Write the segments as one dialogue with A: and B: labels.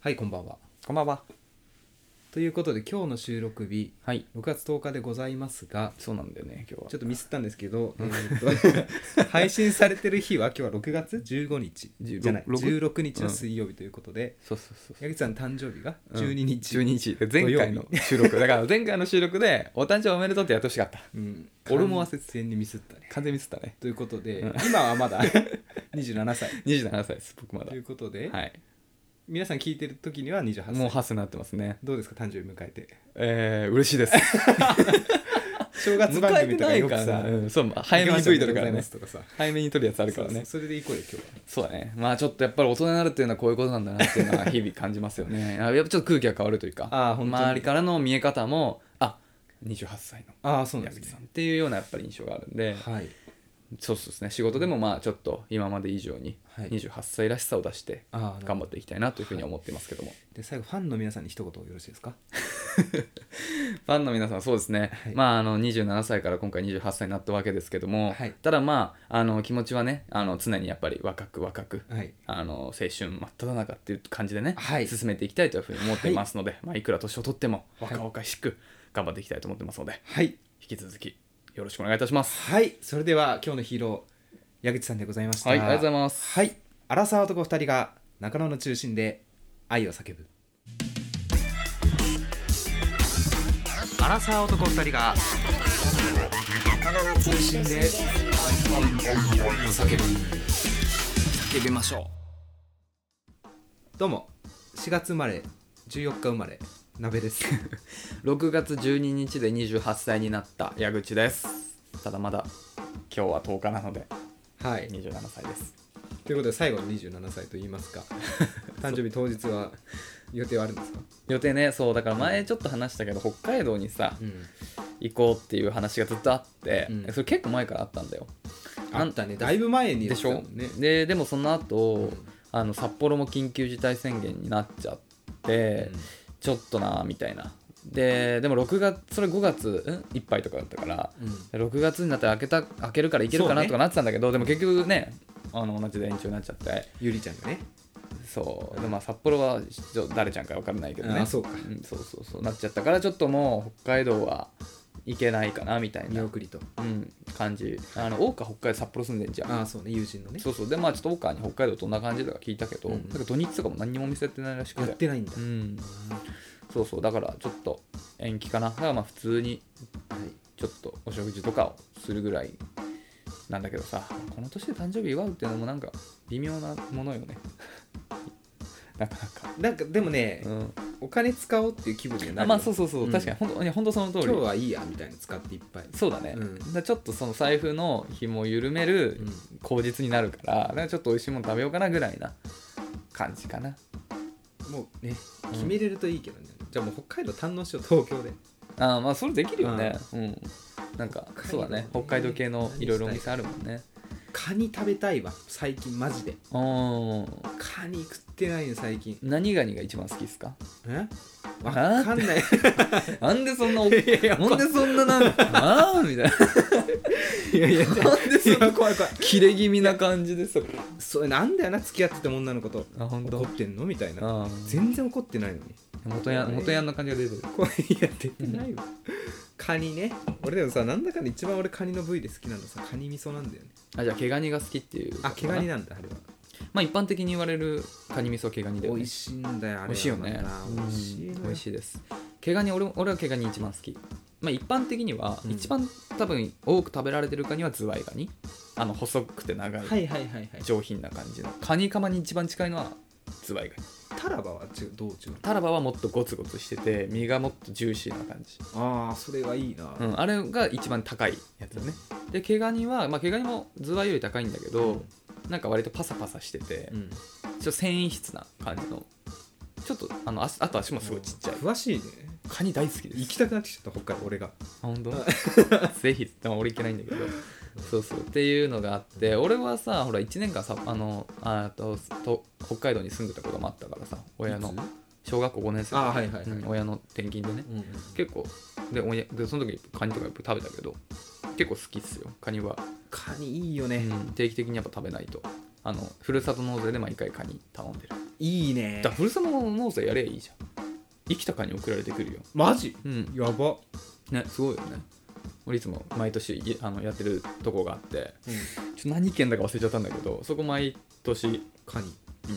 A: はいこんばんは
B: こんばんは。
A: ということで今日の収録日
B: はい。
A: 6月10日でございますが
B: そうなんだよね、今日は。
A: ちょっとミスったんですけど、えーっと 配信されてる日は今日は6月15日
B: 16
A: じゃない
B: 六
A: 16日の水曜日ということで、
B: そうそうそう。
A: 八木さんの誕生日が
B: うん
A: 12日、
B: 12日。前回の収録。だから前回の収録で、お誕生日おめでとうってやってほしかった。
A: うん
B: 俺も
A: 完全にミスったね
B: 完全ミスったね。
A: ということで、
B: うん
A: 今は まだ27歳
B: 27歳です、僕まだ
A: とい。うことで、
B: はい。
A: 皆さん聞いてる時には28歳
B: もうハスになってますね。
A: どうですか誕生日迎 えて
B: えー、嬉しい です。
A: 正月番
B: 迎えて
A: 組と
B: な
A: か
B: い
A: よ
B: か
A: く
B: ら
A: さ
B: な。うん、そう、まあ早めに撮りとるから
A: おめ
B: ね
A: で。とうございますとかさ
B: 早めに撮るやつあるから
A: そう
B: ね。
A: そうそれで行こうよ今日は
B: そうだね。まあちょっとやっぱり大人になるっていうのはこういうことなんだなって いうのは日々感じますよね。やっぱちょっと空気が変わるというか、
A: あー本当に
B: 周りからの見え方も、あ28歳の
A: ああそうなん
B: 矢
A: で
B: 口
A: す
B: さん
A: ね
B: っていうようなやっぱり印象があるんで、
A: はい
B: そうそうですね仕事でもまあちょっと今まで以上に
A: はい
B: 28歳らしさを出して
A: ああ
B: 頑張っていきたいなというふうに思ってますけども、
A: で最後ファンの皆さんに一言よろしいですか
B: ファンの皆さんはそうですね、
A: はい
B: まああの27歳から今回28歳になったわけですけども、
A: はい
B: ただまああの気持ちはねあの常にやっぱり若く若く
A: はい
B: あの青春真っ只中っていう感じでね、
A: はい
B: 進めていきたいというふうに思っていますので、いまあ、いくら年を取っても
A: はい
B: 若々しく頑張っていきたいと思ってますので、
A: はい
B: 引き続きよろしくお願いいたします。
A: はいそれでは今日のヒーロー矢口さんでございました
B: はい、ありがとうござい
A: ま
B: ます。
A: はいアラサー男二人が中野の中心で愛を叫ぶアラサー男二人が中野の中心で愛を叫ぶ
B: 叫びましょう。
A: どうも4月生まれ14日生まれ鍋 です
B: 6月12日で28歳になった矢口ですただまだ今日は10日なので
A: はい
B: 27歳です
A: ということで最後の27歳と言います か誕生日当日は予定はあるんですか、
B: 予定ねそうだから前ちょっと話したけど北海道にさ行こうっていう話がずっとあって、
A: うん
B: それ結構前からあったんだよ
A: あったねだいぶ前に
B: で
A: 言っ
B: して
A: た
B: ょ
A: もんね
B: ででもその後、
A: うん
B: あの札幌も緊急事態宣言になっちゃって、ちょっとなみたいなででも6月それ5月んいっぱいとかだったから
A: うんうん
B: 6月になったら開けた開けるからいけるか
A: そう
B: な
A: ね
B: とかなってたんだけど、でも結局ねあの同じで延長になっちゃって
A: ゆりちゃんがね
B: そうでまあ札幌はちょ誰ちゃんか分からないけどね
A: あそうか
B: んそうそうそうなっちゃったからちょっともう北海道は行けないかなみたい
A: 見
B: な、
A: 送りと
B: うん、感じあの大川北海道札幌住んでんじゃん
A: ああそうね友人のね
B: そうそうでまあちょっと大川に北海道どんな感じだか聞いたけど、
A: うんうん
B: なんか土日とかも何にもお店やってないらしく
A: や
B: て
A: ってないんだ、
B: うんそうそうだからちょっと延期かなだからまあ普通に
A: はい
B: ちょっとお食事とかをするぐらいなんだけどさこの年で誕生日祝うっていうのもなんか微妙なものよね なかなか、
A: なんかでもね、
B: うん、
A: お金使おうっていう気分にはな
B: あ
A: る
B: まあそう
A: う
B: そうそう、
A: ん
B: 確かに本当いや本当その通り
A: 今日はいいやみたいな使っていっぱい、
B: そうだね、
A: うん
B: だからちょっとその財布の紐を緩める
A: うん
B: 口実になるから,、だからちょっと美味しいもの食べようかなぐらいな感じかな
A: もうね
B: ん
A: 決めれるといいけどね、じゃあもう北海道堪能しよう東京で
B: あーまあそれできるよねうん、なんか
A: 北海道
B: そうだね
A: ね
B: 北海道系のいろいろお店あるもんね
A: カニ食べたいわ最近マジで
B: うん
A: カニ食ってないの最近
B: 何ガニが一番好きですか
A: えわかんない
B: なんでそんな お、なんでそんななんか、ああみたいな。
A: いやいや
B: なん でそんな
A: 怖い怖い
B: 切れ気味な感じでさ。
A: それなんだよな付き合ってた女の子と
B: あ、ほん
A: 怒
B: と
A: っ。てんのみたいな
B: ああ。
A: 全然怒ってないのに
B: 元ヤン、元ヤンの感じが出てる。
A: 怖いや出てないわ、カニね俺でもさなんだかんだ一番俺カニの部位で好きなのさカニ味噌なんだよね
B: あ、じゃあ、毛ガニが好きっていう。
A: あ毛ガニ。なんだあれは
B: まあ、一般的に言われるカニ味噌毛ガニで、
A: 美
B: ね。
A: 味しいんだよあれは
B: 美味しいよね
A: また。
B: うん
A: 美味しいのよ
B: 美味しいです。毛ガニ、俺も、俺は毛ガニ一番好き。まあ、一般的には、
A: うん
B: 一番多分多く食べられてるカニはズワイガニ。あの、細くて長い。
A: はいはいはいはい
B: 上品な感じのカニカマに一番近いのはズワイガニ
A: タラバは違うどう違う
B: タラバはもっとゴツゴツしてて身がもっとジューシーな感じ、
A: ああそれはいいな、
B: う
A: うん
B: ん、あれが一番高いやつだねで毛ガニは、まあ、毛ガニもズワイより高いんだけど、なんか割とパサパサしてて、ちょっと繊維質な感じのちょっとあのああと足もすごいちっちゃい
A: 詳しいね
B: カニ大好きです
A: 行きたくなってきちゃった北海道俺が
B: あ本当 ぜひでも俺行けないんだけどそうそうっていうのがあって俺はさほら1年間さあのあとと北海道に住んでたこともあったからさ親の
A: いつ
B: 小学校5年生
A: あーはいはいはい、
B: うん親の転勤でね
A: うん
B: 結構でおやでその時カニとかやっぱ食べたけど結構好きっすよカニは、
A: カニいいよね、
B: うん定期的にやっぱ食べないとあのふるさと納税で毎回カニ頼んでる
A: いいね
B: だからふるさと納税やればいいじゃん生きたかに送られてくるよ
A: マジ
B: うん
A: やば、
B: ねすごいよね俺いつも毎年いあのやってるとこがあってちょっと何県だか忘れちゃったんだけどそこ毎年
A: カニ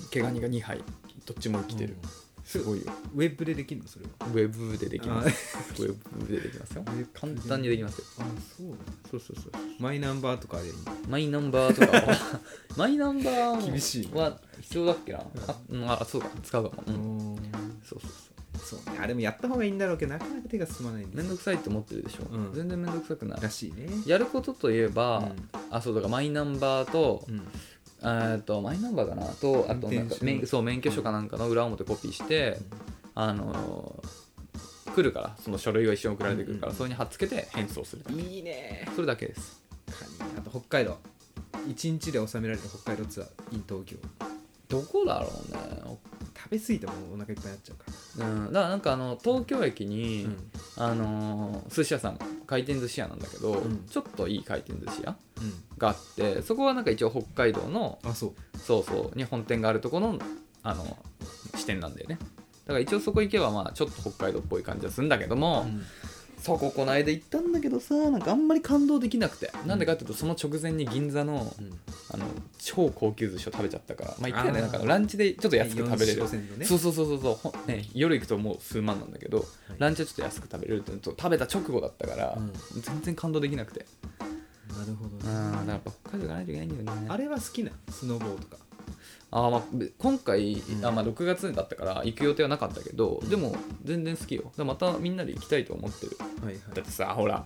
B: 毛ガニが2杯どっちも来てる、すごいよ
A: ウェブでできるのそれは
B: ウェブでできますウェブでできますよ簡単にできますよ
A: あそうだそうそうそうマイナンバーとかで
B: マイナンバー とかはマイナンバー
A: 厳しいね
B: は必要だっけなあ,、うん、あそうか使うかも、うん
A: ん
B: そうそうそう
A: そうねあれもやった方がいいんだろうけどなかなか手が進まないん
B: め
A: だ
B: んどくさいって思ってるでしょ、
A: うん
B: 全然めんどくさくない
A: らしいね
B: やることといえば、
A: うん
B: あそうだからマイナンバーと,、
A: うん
B: えーっとマイナンバーかなとあとなんか
A: 運転手
B: 免そう免許証かなんかの裏表コピーして、あのー来るからその書類が一緒に送られてくるから、
A: うん
B: それに貼っつけて返送する
A: いいね
B: それだけです
A: カニあと北海道一日で収められた北海道ツアー in 東京
B: どこだろうね、
A: 食べ過ぎてもうお腹いっぱいになっちゃうから
B: うん、だからなんかあの東京駅に、
A: うん
B: あのー寿司屋さん回転寿司屋なんだけど、
A: うん
B: ちょっといい回転寿司屋があってそこはなんか一応北海道の
A: あそう
B: そうそうに本店があるところのあの支店なんだよねだから一応そこ行けばまあちょっと北海道っぽい感じはするんだけども、そここの間行ったんだけどさなんかあんまり感動できなくて、なんでかっていうとその直前に銀座のあの超高級寿司を食べちゃったからまあ言ったよね
A: あ
B: な
A: ー
B: んかランチでちょっと安く食べれる
A: 四、線のね
B: そうそうそうそうそうほん、ね、夜行くともう数万なんだけど、ランチはちょっと安く食べれるってのと食べた直後だったから、
A: うん
B: 全然感動できなくて
A: なるほど
B: うんだからやっぱ北海道行かないといけないんだよね
A: あれは好きなスノボーとか
B: あーまあ、べ今回、
A: ん
B: あまあ、6月だったから行く予定はなかったけど、でも全然好きよだからまたみんなで行きたいと思ってる
A: はいはい
B: だってさほら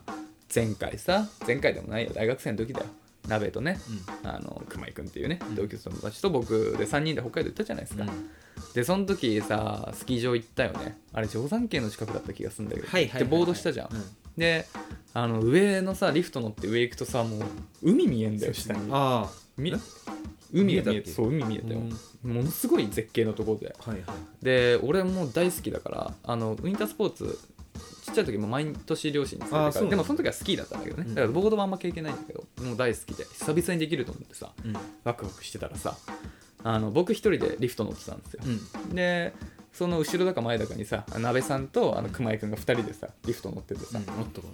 B: 前回さ前回でもないよ大学生の時だよ鍋とね
A: う
B: あの熊井君っていうね
A: ん
B: 同級生の友達と僕で3人で北海道行ったじゃないですか、
A: ん
B: でその時さスキー場行ったよねあれ定山渓の近くだった気がするんだけど、
A: はいはいはいはい
B: でボードしたじゃん、
A: うん
B: であの上のさリフト乗って上行くとさもう海見えんだよ下に
A: あ
B: み
A: え
B: 海
A: 見え
B: が見
A: たっ
B: え
A: け
B: てそう海見えたよ、ものすごい絶景のところで
A: あはいはい
B: で俺もう大好きだからあのウィンタースポーツちっちゃい時も毎年両親に連れ
A: あー
B: てか
A: そう
B: ら
A: なんだ
B: でもその時はスキーだったんだけどね、
A: うん
B: だからボードはあんま経験ないんだけどもう大好きで久々にできると思ってさ
A: うん
B: ワクワクしてたらさあの僕一人でリフト乗ってたんですよ、でその後ろだか前だかにさ鍋さんとあの熊井君が2人でさリフト乗ってて
A: あ
B: さ、
A: ったか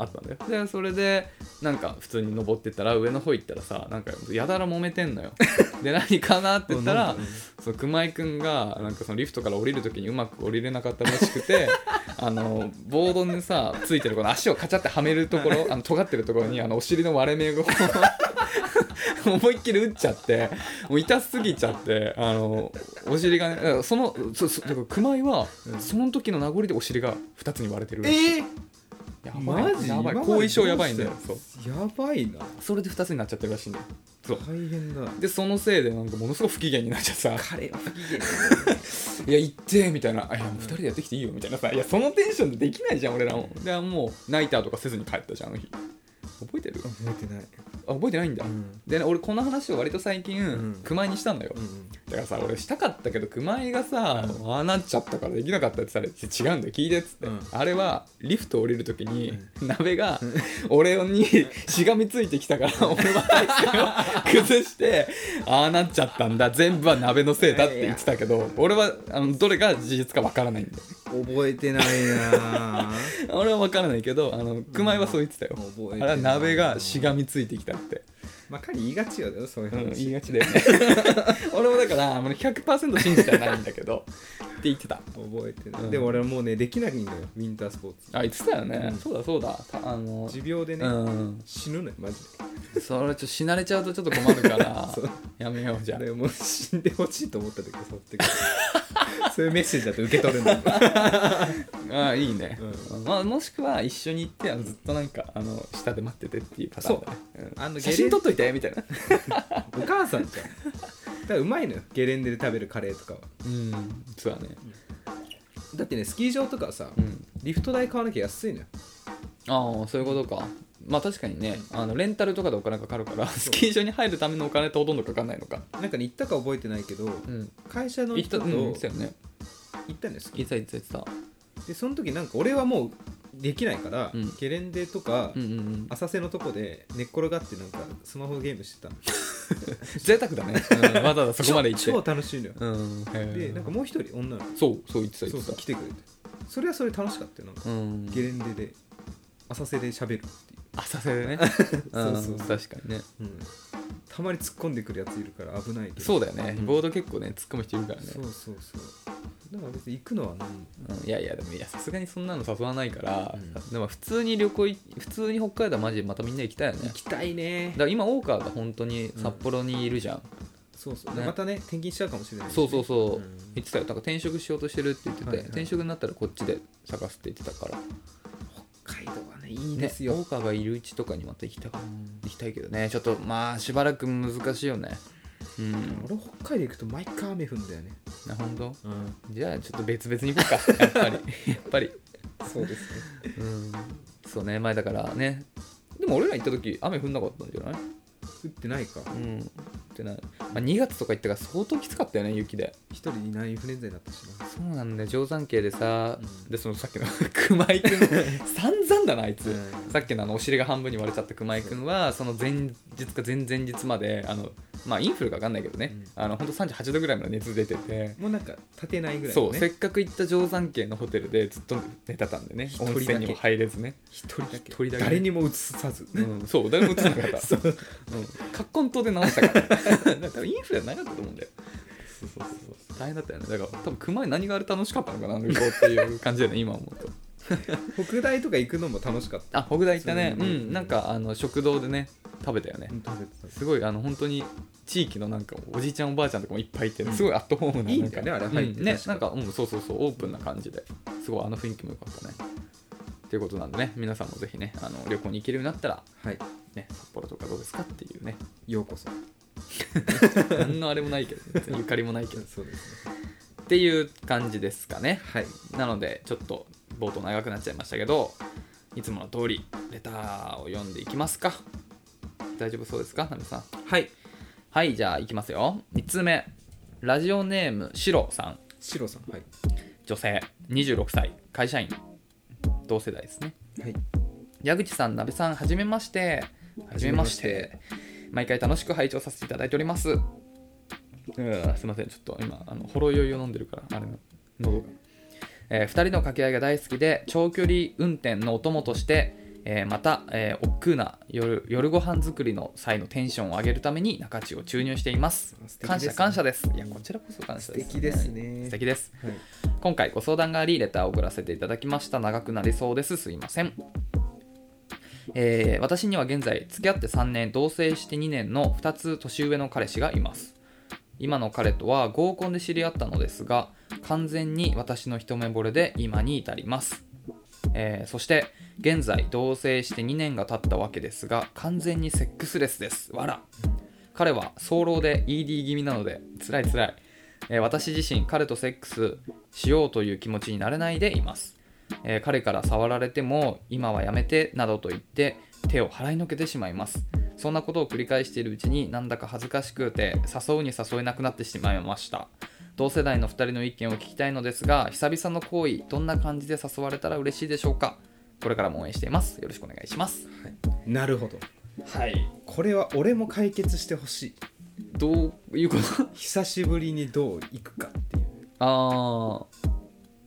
B: あったんだよでそれでなんか普通に登ってったら上の方行ったらさなんかやたら揉めてんのよで何かなって言っ たらその熊井君がなんかそのリフトから降りる時にうまく降りれなかったらしくて あのボードにさついてるこの足をカチャってはめるところあの尖ってるところにあのお尻の割れ目を 思いっきり打っちゃってもう痛すぎちゃってあのお尻がねだからそのそそだから熊井は
A: うん
B: その時の名残でお尻が2つに割れてるらしい
A: え
B: や
A: ー
B: ばい
A: マジ
B: やばい
A: 今まで
B: 後遺症やばいんだよ
A: どうした
B: そう
A: やばいな
B: それで2つになっちゃってるらしいんだよそう
A: 大変だ
B: でそのせいでなんかものすごく不機嫌になっちゃってさ
A: 彼は不機嫌
B: 「いや行って」みたいな「あいやもう2人でやってきていいよ」みたいなさ「いやそのテンションでできないじゃん俺らも」でもう泣いたとかせずに帰ったじゃんあの日覚えてる
A: 覚えてない
B: あ覚えてないんだ、
A: うん
B: でね俺この話を割と最近、
A: うん
B: 熊井にしたんだよ、
A: うん
B: だからさ俺したかったけど熊井がさ、ああなっちゃったからできなかったって言ったら違うんだよ聞いてっつって、
A: うん
B: あれはリフト降りる時に、鍋が俺にしがみついてきたから俺は体勢を崩してああなっちゃったんだ全部は鍋のせいだって言ってたけど俺はあのどれが事実かわからないんだよ
A: 覚えてないなぁ
B: 俺はわからないけどあの熊井はそう言ってたよ、
A: 覚えてない
B: あれは鍋がしがみついてきたって。
A: まあ彼言いがちよねそういう
B: うん、言
A: 話
B: いがち だよね俺もだからあの100%信じてはないんだけどって言ってた
A: 覚えてな
B: う
A: い
B: ん
A: でも俺はもうねできないんだよウィンタースポーツ
B: あ言ってたよね、
A: うん
B: そうだそうだたあの
A: 持病でね
B: うん
A: 死ぬのよマジ
B: それちょっと死なれちゃうとちょっと困るから
A: そう
B: やめようじ
A: で
B: ゃあ
A: 俺もう死んでほしいと思った時その時 そういうメッセージだと受け取るんだよ
B: ああいいね、
A: う
B: まあ、もしくは一緒に行ってあのずっとなんかあの下で待っててっていうパターンだね、うん
A: あの
B: 写真撮っといてみたいな
A: お母さんじゃんだからうまいのよゲレンデで食べるカレーとかは
B: うんそうだね
A: だってねスキー場とかはさ、
B: うん
A: リフト代買わなきゃ安いのよ
B: ああそういうことかまあ確かにねあのレンタルとかでお金かかるからスキー場に入るためのお金ってほとんどかかんないのか
A: なんかね行ったか覚えてないけど、
B: うん
A: 会社の
B: 行っ
A: 人
B: たう
A: と
B: ん言
A: 行
B: ってたよね
A: ったのよスキ
B: 言っ
A: ー
B: てた言ってた言ってた
A: でその時なんか俺はもうできないから、
B: うん
A: ゲレンデとか、
B: うんうんうん
A: 浅瀬のとこで寝っ転がってなんかスマホゲームしてた の
B: 贅沢だね、うんわざわざそこまで行って
A: 超超楽しいのよ、
B: うん
A: でなんかもう一人女の子
B: そうそう言ってた
A: そ
B: 言
A: う
B: って
A: そ
B: た
A: う来てくれてそれはそれ楽しかったよなんか、
B: うん
A: ゲレンデで浅瀬で喋るっていう
B: 浅瀬でね
A: そうそう
B: うん確かにね
A: うんたまに突っ込んでくるやついるから危ないけど
B: そうだよね、
A: うん
B: ボード結構ね突っ込む人いるからね
A: そうそうそうだから別に行くのはない
B: うんいやいやでもいやさすがにそんなの誘わないか
A: う
B: ら、
A: ん
B: でも普通に旅行い普通に北海道はマジでまたみんな行きたいよねだ
A: きたいね
B: から今大川が本当に札幌にいるじゃん、
A: そうそう、
B: ね
A: またね転勤しちゃうかもしれないし
B: そうそうそう、
A: うん
B: 言ってたよなんか転職しようとしてるって言ってて、
A: はいはい
B: 転職になったらこっちで探すって言ってたから
A: 北海道はねい
B: い
A: いですよ、
B: 大川がいるうちとかにまた行きたか行きたいけどねちょっとまあしばらく難しいよねうん
A: 俺北海道行くと毎回雨降るんだよね、
B: な本当
A: うん、
B: じゃあちょっと別々に行こうか やっぱりやっぱり
A: そうですね
B: うんそうね前だからねでも俺ら行った時雨降んなかったんじゃない
A: 降ってないか
B: うんってな、まあ、2月とか行ったから相当きつかったよね雪で
A: 一人いない不燃剤になったしな
B: そうなんだよ定山系でさ、
A: うん
B: でそのさっきの 熊井君散々だなあいつ、
A: うん
B: さっきのあのお尻が半分に割れちゃった熊井君はその前日か前々日まであのまあインフルか分かんないけどね、
A: うん
B: あのほんと38度ぐらいまで熱出てて、
A: もうなんか立てないぐらい
B: そ
A: の
B: う
A: ね
B: せっかく行った定山系のホテルでずっと寝てたんでね
A: 一人
B: 温
A: だけ
B: 泉にも入れずね、
A: 一人だけ
B: 一人だけ
A: 誰にも映さず、
B: うん、 そう誰も映らなかっ た
A: そう
B: うん葛根湯で治したから だからインフレはなかったと思うんだよそうそうそう大変だったよねだから多分熊に何があれ楽しかったのかな旅行っていう感じだよね今思うと
A: 北大とか行くのも楽しかった
B: あ北大行ったねう
A: そうね
B: んなんかあの食堂でね食べたよね、
A: うん食べてた
B: すごいあの本当に地域のなんかおじいちゃんおばあちゃんとかもいっぱいいてすごいアットホームななんか
A: いいんだよねあれ入って
B: うんね
A: 確か
B: なんかうんそうそうそうオープンな感じですごいあの雰囲気も良かったねということなんでね皆さんもぜひねあの旅行に行けるようになったら
A: はい
B: ね札幌とかどうですかっていうね
A: ようこそ
B: 何のあれもないけど別にゆかりもないけど
A: そうですね
B: っていう感じですかね
A: はい
B: なのでちょっと冒頭長くなっちゃいましたけどいつもの通りレターを読んでいきますか大丈夫そうですかナミさん
A: はい
B: はいじゃあいきますよ1通目ラジオネームシロさん
A: シロさんはい
B: 女性26歳会社員同世代ですね
A: はい
B: 矢口さん、なべさん、はじめまして。はじめまして。毎回楽しく拝聴させていただいております。うんすみません、ちょっと今、あのほろ酔いを飲んでるから、あれの喉が。え2人の掛け合いが大好きで、長距離運転のお供として、えーまた、えー、億劫な夜夜ご飯作りの際のテンションを上げるために中地を注入しています。
A: 素敵ですね
B: 感謝、感謝です。いや、こちらこそ感謝です、
A: 素敵ですね
B: 素敵です。
A: はい
B: 今回ご相談がありレターを送らせていただきました長くなりそうですすいません、えー私には現在付き合って3年同棲して2年の2つ年上の彼氏がいます今の彼とは合コンで知り合ったのですが完全に私の一目惚れで今に至ります、えーそして現在同棲して2年が経ったわけですが完全にセックスレスですわら彼は早漏で ED 気味なので辛い辛い、えー私自身彼とセックスしようという気持ちになれないでいます、えー彼から触られても今はやめてなどと言って手を払いのけてしまいますそんなことを繰り返しているうちになんだか恥ずかしくて誘うに誘えなくなってしまいました同世代の2人の意見を聞きたいのですが久々の行為どんな感じで誘われたら嬉しいでしょうかこれからも応援していますよろしくお願いします
A: なるほど
B: はい
A: これは俺も解決してほしい
B: どういうこと
A: 久しぶりにどう行くかっていう
B: ああ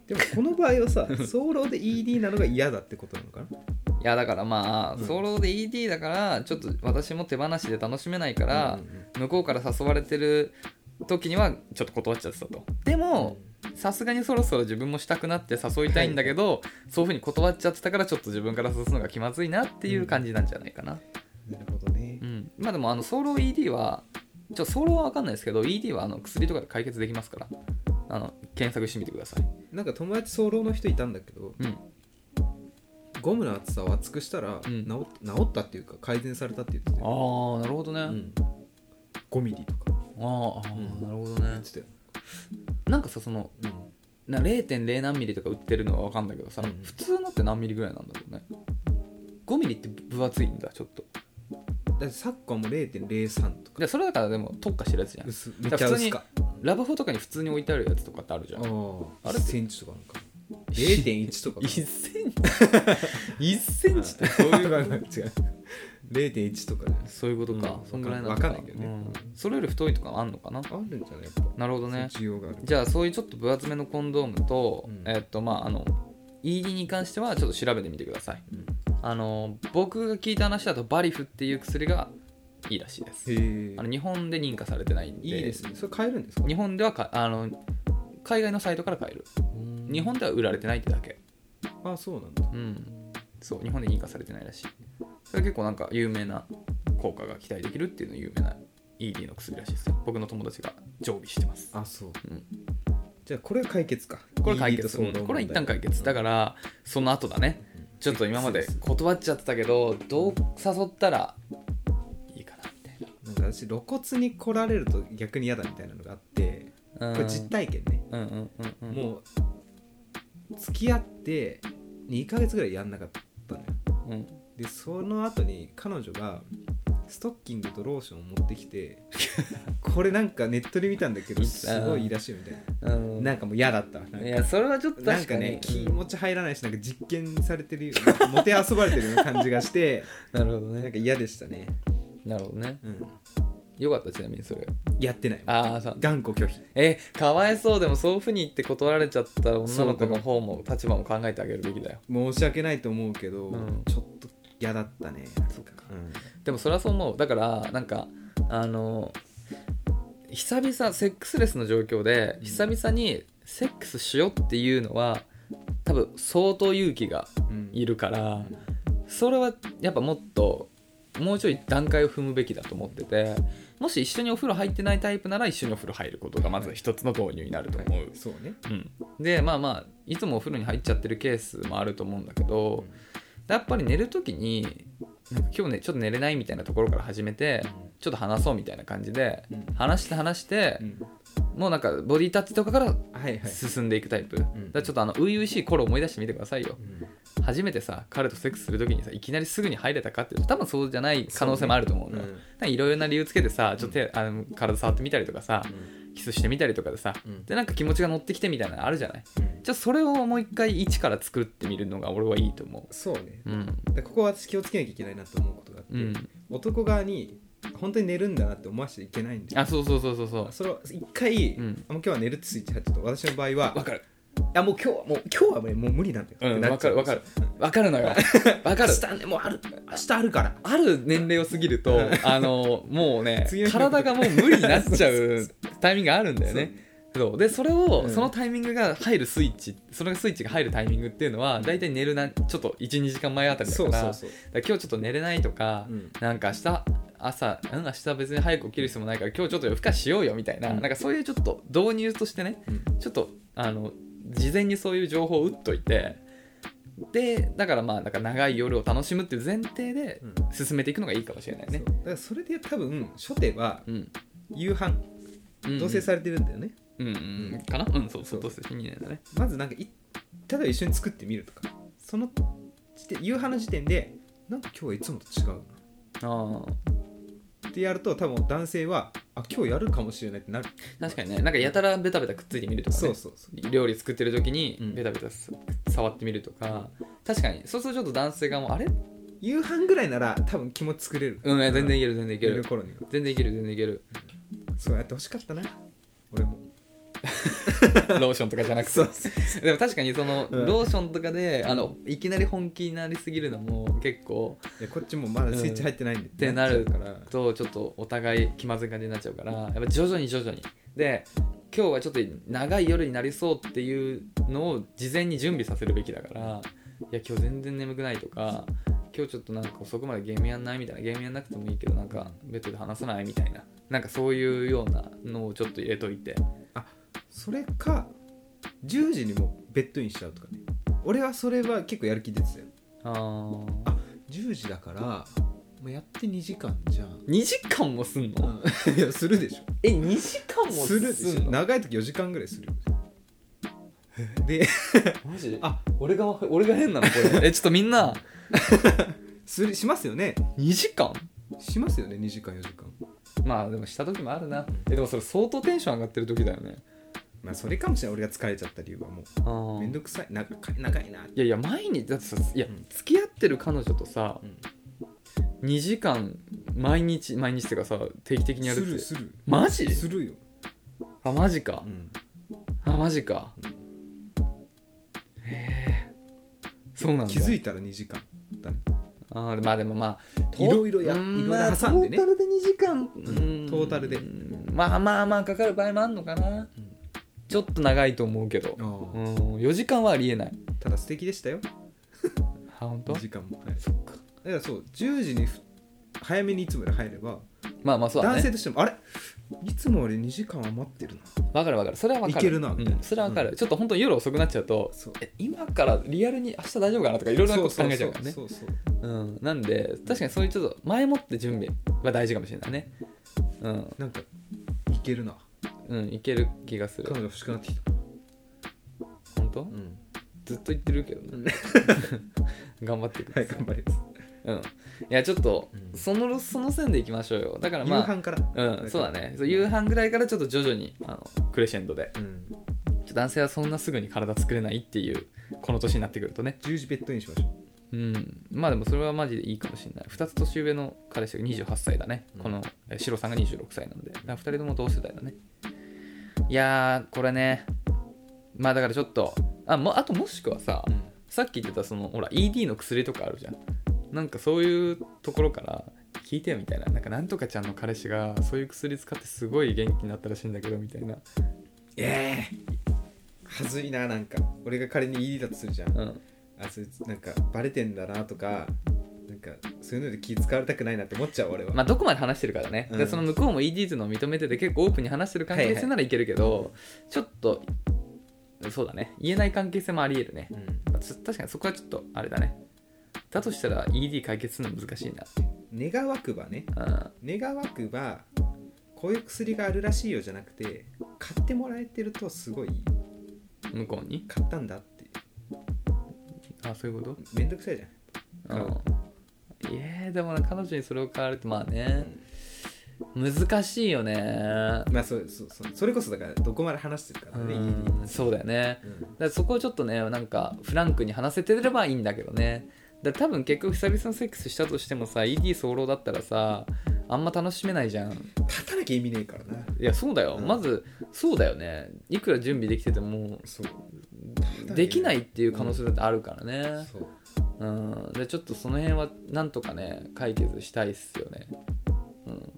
A: でもこの場合はさ早漏で ED なのが嫌だってことなのかない
B: やだからまあ
A: うん
B: ソロで ED だからちょっと私も手放しで楽しめないから
A: うんうん
B: 向こうから誘われてる時にはちょっと断っちゃってたとでもさすがにそろそろ自分もしたくなって誘いたいんだけど、そういうふうに断っちゃってたからちょっと自分から誘うのが気まずいなっていう感じなんじゃないかな、
A: なるほどね
B: うんまあでもあのソロ ED はちょソロは分かんないですけど ED はあの薬とかで解決できますからあの検索してみてください、
A: なんか友達早漏の人いたんだけど
B: うん、
A: ゴムの厚さを厚くしたら治,、
B: うん
A: 治ったっていうか改善されたって言ってたよ
B: ああなるほどね、
A: うん、5ミリとか
B: あーあーなるほどね
A: 言ってたよ、
B: なんかさその
A: うん
B: な0.0何ミリとか売ってるのは分かんだけどさ、
A: うん
B: 普通のって何ミリぐらいなんだろうね5ミリって分厚いんだちょっと
A: だって昨今も0.03とか
B: でそれだからでも特化してるやつじゃん
A: 薄めっちゃ薄か
B: ラブホとかに普通に置いてあるやつとかってあるじゃ
A: あ
B: ん
A: ー
B: あれ
A: 1 センチとかなんか0.1とかか
B: 1セン 1センチってそういう
A: とか違う0.1とかね
B: そういうことか、
A: うん
B: そんぐらいなの
A: わかんないけどね
B: うんそれより太いとかあんのかな
A: あるんじゃないやっぱ
B: なるほどね
A: 需要がある
B: じゃあそういうちょっと分厚めのコンドームと、
A: うん
B: えっとまああの ED に関してはちょっと調べてみてください
A: うん
B: あの僕が聞いた話だとバリフっていう薬がいいらしいです
A: へえ
B: あの日本で認可されてないんで
A: いいですねそれ買えるんですか
B: 日本ではかあの海外のサイトから買える
A: うん
B: 日本では売られてないってだけ
A: あそうなんだ
B: うんそう日本で認可されてないらしいそれ結構なんか有名な効果が期待できるっていうの有名な ED の薬らしいですよ僕の友達が常備してます
A: あそう、
B: うん
A: じゃあこれは解決か
B: これ解決、
A: リード
B: う
A: と
B: んこれは一旦解決
A: ら
B: だからその後だねちょっと今まで
A: そうそう
B: 断っちゃってたけどどう誘ったらいいかなみたい
A: なんか私露骨に来られると逆に嫌だみたいなのがあって
B: な
A: これ実体験ね、
B: うんうんうんうん
A: もう付き合って2ヶ月ぐらいやんなかったのよ
B: うん、うん、
A: でその後に彼女がストッキングとローションを持ってき てこれなんかネットで見たんだけどすごいいいらしいみたいななんかもう嫌だったわなんか
B: いやそれはちょっと
A: なん
B: 確か
A: か
B: に
A: ね気
B: うん
A: 持ち入らないしなんか実験されてるよなんかもてあそばれてるような感じがして
B: なるほど
A: なん
B: ね
A: か嫌でしたね、
B: なるほどね
A: うん、
B: よかったちなみにそれ
A: やってない
B: ああそう
A: 頑固拒否
B: えかわいそうでもそういうふうに言って断られちゃった女の
A: そ
B: 子
A: うだ
B: の
A: ね
B: 方も立場も考えてあげるべきだよ
A: 申し訳ないと思うけど、
B: うん
A: ちょっと嫌だったね
B: そっか
A: うん
B: でもそれはそう思うだからなんかあの久々セックスレスの状況で
A: うん
B: 久々にセックスしようっていうのは多分相当勇気が
A: うん
B: いるからそれはやっぱもっともうちょい段階を踏むべきだと思っててもし一緒にお風呂入ってないタイプなら一緒にお風呂入ることがまず一つの導入になると思う、
A: そうね
B: うん、でまあまあいつもお風呂に入っちゃってるケースもあると思うんだけどやっぱり寝る時になんか今日ねちょっと寝れないみたいなところから始めてちょっと話そうみたいな感じで
A: うん
B: 話して話して
A: うん
B: もうなんかボディタッチとかから
A: はいはい、
B: 進んでいくタイプだか
A: ん
B: らちょっとあの初々しい頃思い出してみてくださいよ
A: うん
B: 初めてさ彼とセックスする時にさいきなりすぐに入れたかっていうと多分そうじゃない可能性もあると思うのよ
A: うん
B: なんかいろいろな理由つけてさちょっと手あの体触ってみたりとかさキスしてみたりとかでさ
A: うん
B: でなんか気持ちが乗ってきてみたいなのあるじゃないじゃあそれをもう一回一から作ってみるのが俺はいいと思
A: そうね
B: う。うん。
A: だからここは私気をつけなきゃいけないなと思うことがあって、
B: うん。
A: 男側に本当に寝るんだなって思わせちゃいけないんで
B: あ、そうそうそうそうそう。
A: それを一回、
B: うん
A: あもう今日は寝るってスイッチ入っちゃった私の場合は
B: わかる。
A: あもう今日はもう今日はもうもう無理なんだよ
B: うん。
A: ってな
B: わ
A: っち
B: か
A: ゃう
B: るわかる。わかるのよ。 わかる。
A: 明日ねもうある明日あるから
B: ある年齢を過ぎると、あの、もうね
A: 次の、日のこと
B: 体がもう無理になっちゃうタイミングがあるんだよね。そうでそれを、
A: うん
B: そのタイミングが入るスイッチそのスイッチが入るタイミングっていうのは大体寝るなちょっと12時間前あたりだか
A: そ
B: ら
A: うそうそう
B: だから今日ちょっと寝れないとか、
A: うん
B: なんか明日朝うん明日別に早く起きる必要もないから今日ちょっと夜更かししようよみたいな,、
A: うん
B: なんかそういうちょっと導入としてね
A: うん
B: ちょっとあの事前にそういう情報を打っといてでだからまあなんか長い夜を楽しむっていう前提で
A: うん
B: 進めていくのがいいかもしれない
A: そ
B: ね
A: う。だからそれで多分初手は
B: うん
A: 夕飯
B: うん
A: 同棲されてるんだよね、
B: うんうんうんかなうんそうそ
A: そ
B: う同
A: う
B: 棲2年だね
A: まずなんかい例えば一緒に作ってみるとかその時点夕飯の時点でなんか今日はいつもと違うな
B: ああ
A: ってやると多分男性はあ今日やるかもしれないってなる、
B: 確かにねなんかやたらベタベタくっついてみるとかね
A: そうそうそう
B: 料理作ってる時に
A: うん
B: ベタベタす触ってみるとか、確かにそうするとちょっと男性がもうあれ
A: 夕飯ぐらいなら多分気持ち作れる
B: うんいや全然いける全然いけ
A: 寝
B: る
A: る頃には
B: 全然いける全然いける
A: そうやってほしかったな俺も
B: ローションとかじゃなく
A: そうそ
B: てでも確かにその、
A: うん
B: ローションとかであのいきなり本気になりすぎるのも結構
A: いやこっちもまだスイッチ入ってないんで、
B: ってなる
A: っちゃうから
B: とちょっとお互い気まずい感じになっちゃうからやっぱ徐々に徐々にで今日はちょっと長い夜になりそうっていうのを事前に準備させるべきだからいや今日全然眠くないとか今日ちょっとなんか遅くまでゲームやんないみたいなゲームやんなくてもいいけどなんかベッドで話さないみたいななんかそういうようなのをちょっと入れといて
A: それか10時にもうベッドインしちゃうとかね俺はそれは結構やる気出てたよ
B: あー
A: 10時だからもうやって2時間じゃん、
B: 2時間もすんの、
A: いやするでしょ
B: え2時間も
A: するでしょ長い時4時間ぐらいするよで
B: マジ
A: あ
B: 俺が俺が変なのこれえちょっとみんな
A: するしますよね
B: 2時間
A: しますよね2時間4時間
B: まあでもした時もあるなえでもそれ相当テンション上がってる時だよね
A: まあそれかもしれない俺が疲れちゃった理由はも
B: あ
A: う
B: ー
A: めんどくさい長い長いなって
B: いやいや毎日だってさいや
A: うん
B: 付き合ってる彼女とさ
A: うん
B: 2時間毎日毎日っていうかさ定期的にや
A: す
B: るっ
A: る
B: て
A: する
B: マジ
A: するよ、
B: あマジか
A: うん、
B: あマジかへえそうなんだ
A: 気づいたら2時間だね
B: あーまあでもまあと
A: いろいろや
B: うん
A: いろいろ挟んでね
B: まあトータルで2時間
A: んトータルで
B: うんまあまあまあかかる場合もあんのかな
A: うん
B: ちょっと長いと思うけど
A: あー
B: うん4時間はありえない
A: ただ素敵でしたよ
B: あ本当
A: 2時間も、はい、
B: そっか
A: だからそう10時にふ早めにいつもより入れば、
B: まあまあそうだ
A: 男性
B: ね
A: としてもあれいつもより2時間余ってるな
B: わかるわかるそれはわかる
A: いけるな
B: う
A: みたいなん
B: それはわかるちょっと本当に夜遅くなっちゃうと
A: そう
B: え今からリアルに明日大丈夫かなとかいろいろなこと考えちゃうからね
A: そうそうそう
B: うんなんで確かにそういうちょっと前もって準備は大事かもしれないねうん
A: なんかいけるな
B: うんいける気がす
A: 彼
B: る
A: 女欲しくなってきた、
B: 本当
A: ん、
B: ずっと言ってるけどね 頑張ってく
A: は
B: だ
A: い
B: さい、
A: 頑張ります、
B: うんいやちょっと、
A: うん
B: そのその線でいきましょうよだからまあ
A: 夕飯から
B: うん、そうだねそう夕飯ぐらいからちょっと徐々にあのクレッシェンドで
A: うん
B: ちょ男性はそんなすぐに体作れないっていうこの年になってくるとね
A: 10時ベッドインしましょう
B: うんまあでもそれはマジでいいかもしれない2つ年上の彼氏が28歳だね、
A: うん
B: このえシロさんが26歳なんでだから2人とも同世代だねいやーこれねまあだからちょっとあもあともしくはさ、さっき言ってたそのほら ED の薬とかあるじゃんなんかそういうところから聞いてよみたいななんかなんとかちゃんの彼氏がそういう薬使ってすごい元気になったらしいんだけどみたいな
A: ええはずいななんか俺が仮に ED だとするじゃん
B: うん
A: あそいつなんかバレてんだなとかなんかそういうので気使われたくないなって思っちゃう俺は、
B: まあどこまで話してるからね、
A: うん
B: でその向こうも ED っていうのを認めてて結構オープンに話してる関係性ならいけるけど、ちょっとそうだね言えない関係性もありえるね、
A: うん
B: まあつ確かにそこはちょっとあれだねだとしたら ED 解決するの難しい
A: 願わくばね
B: なうん
A: 願わくばこういう薬があるらしいよじゃなくて買ってもらえてるとすごい
B: 向こうに
A: 買ったんだって
B: あそういうこと
A: めんどくさいじゃん
B: うん、いやでもな彼女にそれを買われてまあね、難しいよね
A: まあそうそうそうそれこそだからどこまで話してるからね、家に
B: うんそうだよね
A: うん
B: だからそこをちょっとねなんかフランクに話せてればいいんだけどねだから多分結局久々のセックスしたとしてもさ ED 早漏だったらさあんま楽しめないじゃんい
A: 立たなきゃ意味ねえからな
B: やそうだよ、
A: うん
B: まずそうだよねいくら準備できてても
A: そう
B: できないっていう可能性だってあるからね
A: そう
B: うんでちょっとその辺はなんとかね解決したいっすよねうん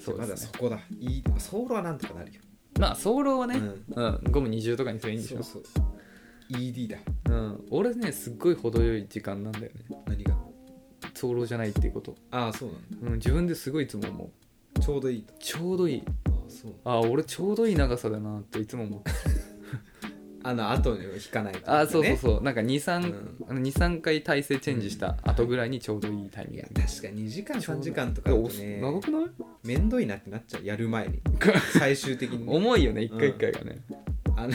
B: そうで
A: まだ
B: すね
A: そこだいいソールはなんとかなるよ
B: まあ早漏はね、
A: うん
B: うん、ゴム20とかにすればいいんでし
A: そ
B: ょ
A: うそう ED だ
B: うん、俺ねすっごい程よい時間なんだよね
A: 何が
B: 早漏じゃないっていうこと、
A: ああそうなんだ
B: うん、自分ですごいいつも思う
A: ちょうどいいと
B: ちょうどいい
A: ああそう
B: あ俺ちょうどいい長さだなっていつも思う、
A: あの後に引かないと
B: あそうそう
A: う
B: そうなんか2323、
A: う
B: あの23回体勢チェンジした後ぐらいにちょうどいいタイミン
A: いや
B: グ、
A: 確かに2時間
B: ちょう
A: 3
B: ど
A: 時間とかだと
B: い
A: ね
B: やお長くない
A: めんどいなってなっちゃうやる 前に最終的に
B: 重いよね一回一回がね、
A: あの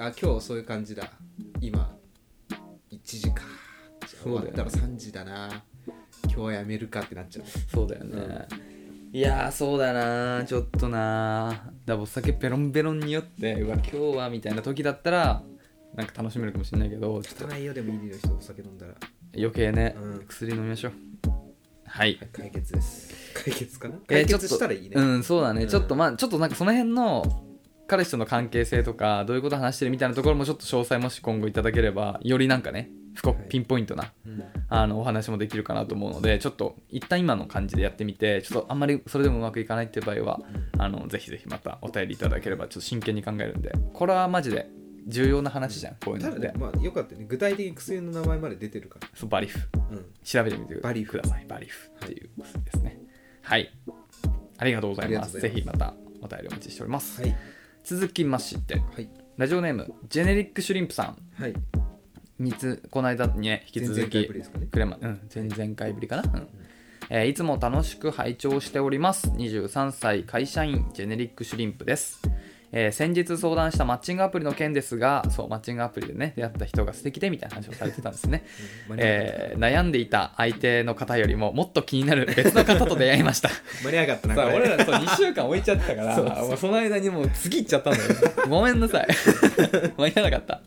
A: あ今日そういう感じだ今1時かじゃあ終
B: そう
A: わっ
B: だよね
A: たら3時だな今日はやめるかってなっちゃう
B: そうだよね、いやーそうだなーちょっとなーだからお酒ペロンペロンによってうわ今日はみたいな時だったらなんか楽しめるかもしれないけどちょっと
A: 汚いよでも ED の人お酒飲んだら
B: 余計ね、
A: うん
B: 薬飲みましょうはい、
A: 解決です解決かな解
B: えーちょっ
A: 決
B: と
A: したらいいね、
B: うんそうだね、
A: うん
B: ちょっとまあちょっとなんかその辺の彼氏との関係性とかどういうこと話してるみたいなところもちょっと詳細もし今後いただければよりなんかね深く
A: はい
B: ピンポイントな、
A: うん
B: あのお話もできるかなと思うのでちょっと一旦今の感じでやってみてちょっとあんまりそれでもうまくいかないっていう場合はあのぜひぜひまたお便りいただければちょっと真剣に考えるんでこれはマジで重要な話じゃんこういう
A: ただ
B: のっ
A: ね
B: て、
A: まあよかったね具体的に薬の名前まで出てるか
B: そうバリフ
A: ら、うん、
B: 調べてみて
A: バリフ
B: くださいバリフっていう薬ですねはいありがとうござ
A: あ
B: います
A: りがとうござ
B: ぜ
A: います
B: ひまたお便りお待ちしております、
A: はい
B: 続きまして
A: はい
B: ラジオネームジェネリックシュリンプさん
A: はい
B: につこの間にね引き続
A: 前々
B: き
A: 回ぶりですかね
B: クレマうん前々回ぶりかな、うんえーいつも楽しく拝聴しております23歳会社員ジェネリックシュリンプですえー先日相談したマッチングアプリの件ですがそうマッチングアプリでね出会った人が素敵でみたいな話をされてたんですね、
A: 間に合わなかっ
B: えー悩んでいた相手の方よりももっと気になる別の方と出会いました
A: た間 に合わなかったな
B: さあ
A: これ
B: 俺らそう2週間置いちゃったから
A: そうそう
B: もうその間にもう次行っちゃったんだよごめんなさい 間に合わなかった、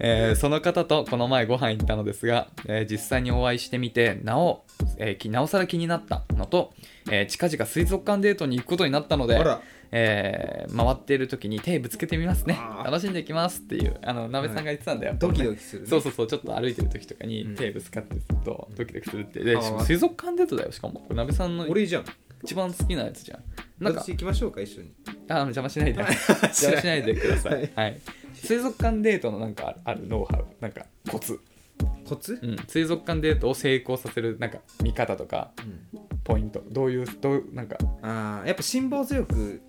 B: えーその方とこの前ご飯行ったのですが、えー実際にお会いしてみてなお、えーきなおさら気になったのと、えー近々水族館デートに行くことになったので
A: あら
B: えー回っている時に手ぶつけてみますね
A: あー
B: 楽しんでいきますっていうあのなべさんが言ってたんだよ、
A: ドキドキするね
B: そうそうそうちょっと歩いてる時とかに
A: うん
B: 手ぶつかってするとドキドキするってで
A: あー
B: しかも水族館デートだよしかもこれなべさんの
A: 俺じゃん
B: 一番好きなやつじゃんなんか
A: 私行きましょうか一緒に
B: あの邪魔しないで
A: しない
B: 邪魔しないでください、
A: は
B: はい
A: い
B: 水族館デートのなんかあるあるノウハウなんかコツ、
A: コツ
B: うん、水族館デートを成功させるなんか見方とか
A: うん
B: ポイントどういうどういうなんか
A: あーやっぱ辛抱強く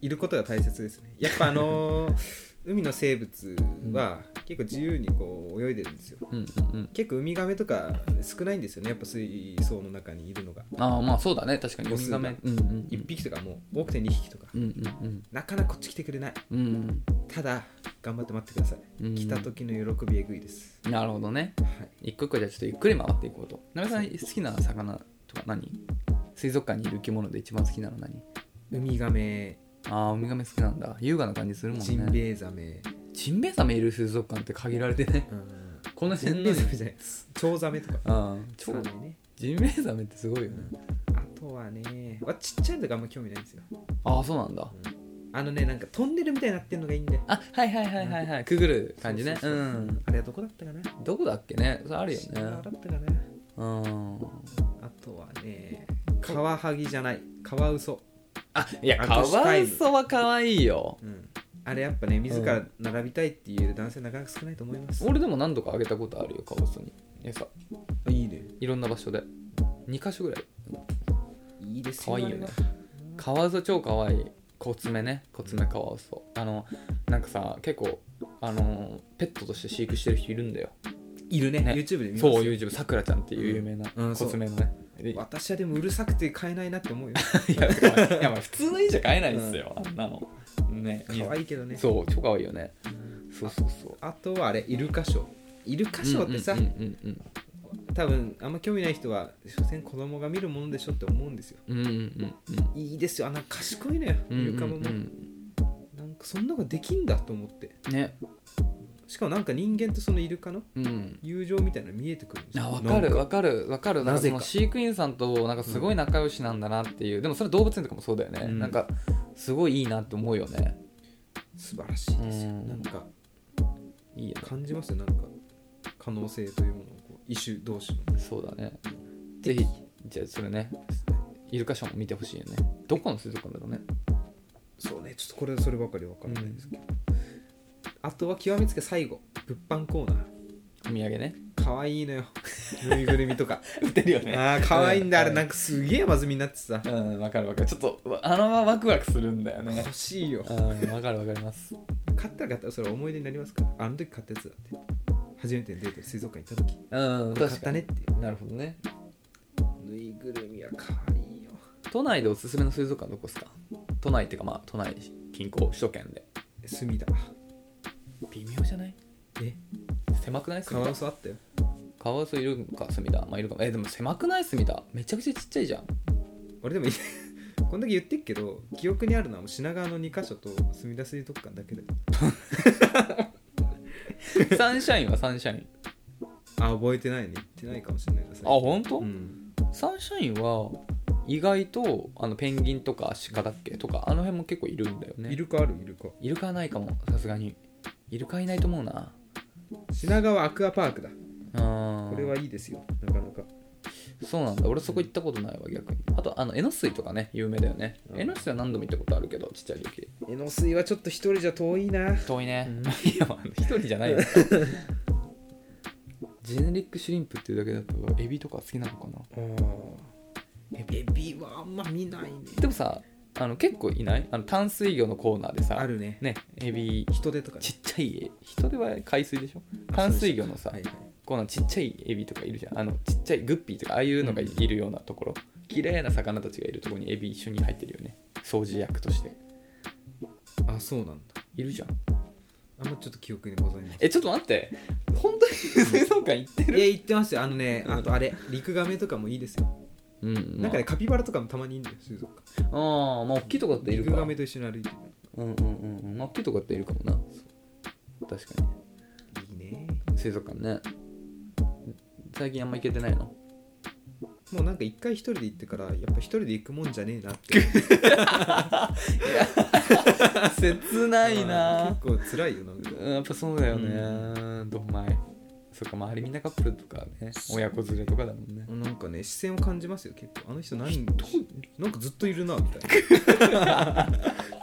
A: いることが大切ですねやっぱあ のー海の生物は結構自由にこう泳いでるんですよ
B: うんうんうん
A: 結構ウミガメとか少ないんですよねやっぱ水槽の中にいるのが
B: ああまあそうだね確かに
A: ボ
B: ウ
A: ス
B: ミ
A: が
B: ガメうんうん
A: 1匹とかもう多くて2匹とか
B: うんうん
A: なかなかこっち来てくれない
B: うんうん
A: ただ頑張って待ってください、
B: うん
A: 来た時の喜びえぐいです
B: うんなるほどね
A: はい
B: 一個一個じゃあちょっとゆっくり回っていこうとなべさん好きな魚とか何水族館にいる生き物で一番好きなの何
A: ウミガメ
B: ああウミガメ好きなんだ優雅な感じするもんね
A: ジンベエザメ、
B: ジンベエザメいる水族館って限られてね
A: うん、
B: こんな
A: ジ
B: 鮮
A: ンベエ
B: 明
A: ザメじゃないチョウザメとか
B: うん超
A: サメね
B: ジンベエザメってすごいよね
A: あとはねわちっちゃいのがあんま興味ないんですよ
B: ああそうなんだ
A: あのねなんかトンネルみたいになってるのがいいんで
B: あはいはいはいはいはいくぐる感じね
A: そううそうそうんあれはどこだったかな
B: どこだっけねそれあるよ
A: 品川
B: ね
A: だったかな
B: うん
A: あとはねカワハギじゃないカワウソ、
B: あいや
A: あ
B: カ
A: とシ
B: ワ
A: タイ
B: ウ
A: ム
B: ソは可愛いよ
A: うん、あれやっぱね自ら並びたいっていう男性なかなか少ないと思います、
B: 俺でも何度かあげたことあるよカワウソに餌
A: いいね
B: いろんな場所で2箇所ぐらい
A: いいです
B: 可愛いよねカワウソ超可愛いコツメねコツメカワウソあのなんかさ結構あのペットとして飼育してる人いるんだよ
A: いるね
B: ね
A: YouTube で見ます
B: そう YouTube さくらちゃんっていう有名な
A: うんうん
B: コツメのね、でいや
A: 私はでもうるさくて買えないなって思うよ
B: いやまあ普通の家じゃ買えないですよ、あんなの ね
A: 可愛いけどね
B: そう超可愛いよねそうそうそう
A: あとはあれイルカショーイルカショーってさ、
B: うんうんうん
A: 多分あんま興味ない人は所詮子供が見るものでしょって思うんですよ
B: うんうんうん
A: いいですよあなんか賢いのよ
B: うんう
A: イ
B: ん
A: ルカももう、
B: うん
A: なんかそんなのができんだと思って
B: ね
A: しかもなんか人間とそのイルカの
B: うん
A: 友情みたいなの見えてくるんですよ
B: あ分か
A: なん
B: る分かる分かるなん
A: な
B: かそ
A: ぜか
B: の飼育員さんとなんかすごい仲良しなんだなっていう、でもそれ動物園とかもそうだよね、
A: うん
B: なんかすごいいいなって思うよね
A: 素晴らしいですよ
B: うん
A: なんか
B: いいよ
A: 感じますよなんか可能性というものをこう異種同士の
B: ねそうだねぜひじゃあそれねイルカショーも見てほしいよねどこの水族館だろうね
A: そうねちょっとこれそればかりわからないですけど、あとは極めつけ最後物販コーナ
B: お土産ね
A: ーかわいいのよぬいぐるみとか
B: 売ってるよ
A: ああかわいいんだあれなん
B: か
A: かすげえまずみになってさ
B: うん分かる分かるちょっとあのままワクワクするんだよね
A: 欲しいよ
B: うん分かる分かります
A: 買ったら買ったらそれ思い出になりますからあの時買ったやつだって初めてのデートで水族館行った時
B: うん
A: 買っ
B: 確
A: た
B: か
A: ね
B: に
A: っていう
B: なるほどね
A: ぬいぐるみはかわいいよ
B: 都内でおすすめの水族館どこですか都内っていうかまあ都内近郊首都圏で
A: 隅田
B: 微妙じゃない
A: え
B: 狭くない
A: カ
B: 隅
A: ワ
B: 田
A: ウソあったよ
B: カワウソいるんか隅田まあいるかもえでも狭くない隅田めちゃくちゃちっちゃいじゃん
A: 俺でも こんだけ言ってっけど記憶にあるのはもう品川の2か所と墨田水族館だけだよ
B: サンシャインはサンシャイン
A: あ覚えてないね行ってないかもしれないです
B: あ本当、
A: うん
B: サンシャインは意外とあのペンギンとかアシカだっけとかあの辺も結構いるんだよね
A: イルカあるイルカ
B: イルカはないかもさすがにイルカいないと思うな
A: 品川アクアパークだ
B: あ
A: これはいいですよなかなか
B: そうなんだ俺そこ行ったことないわ逆にあとあの江ノ水とかね有名だよね
A: うん
B: 江ノ水は何度も行ったことあるけどちっちゃい時
A: 江ノ水はちょっと一人じゃ遠いな
B: 遠いね、
A: うん
B: いやまあ一人じゃな いよジェネリックシュリンプっていうだけだとエビとか好きなのかな
A: エビはあんま見ないね
B: でもさあの結構いないあの淡水魚のコーナーでさ
A: あるね
B: ねエビ
A: 人手とかね
B: ちっちゃい人では海水でしょ淡水魚のさ、
A: はいはい
B: コーナーちっちゃいエビとかいるじゃんあのちっちゃいグッピーとかああいうのがいるようなところ、綺麗な魚たちがいるところにエビ一緒に入ってるよね掃除役として
A: ああそうなんだ
B: いるじゃん
A: あんまちょっと記憶にございません
B: えちょっと待って本当に水族館行ってる
A: いや言ってますよあのねあとあれリクガメとかもいいですよ
B: うん、
A: なんかねカピバラとかもたまにいるんだよ水族館
B: ああまあ大きいとこだって
A: リ
B: いる
A: ク
B: か
A: ガメと一緒に歩いて
B: うんうんうんうんまあ大きいとこだっているかもな確かに
A: るいいね
B: 水族館ね最近あんま行けてな いの
A: もうなんか一回一人で行ってからやっぱ一人で行くもんじゃねえなって
B: 切ないな
A: 結構辛いよなんか
B: うんやっぱそうだよねどんまいそっか周りみんなカップルとかね親子連れとかだもんね
A: なんかね視線を感じますよ結構あの人何なんかずっといるなみたい な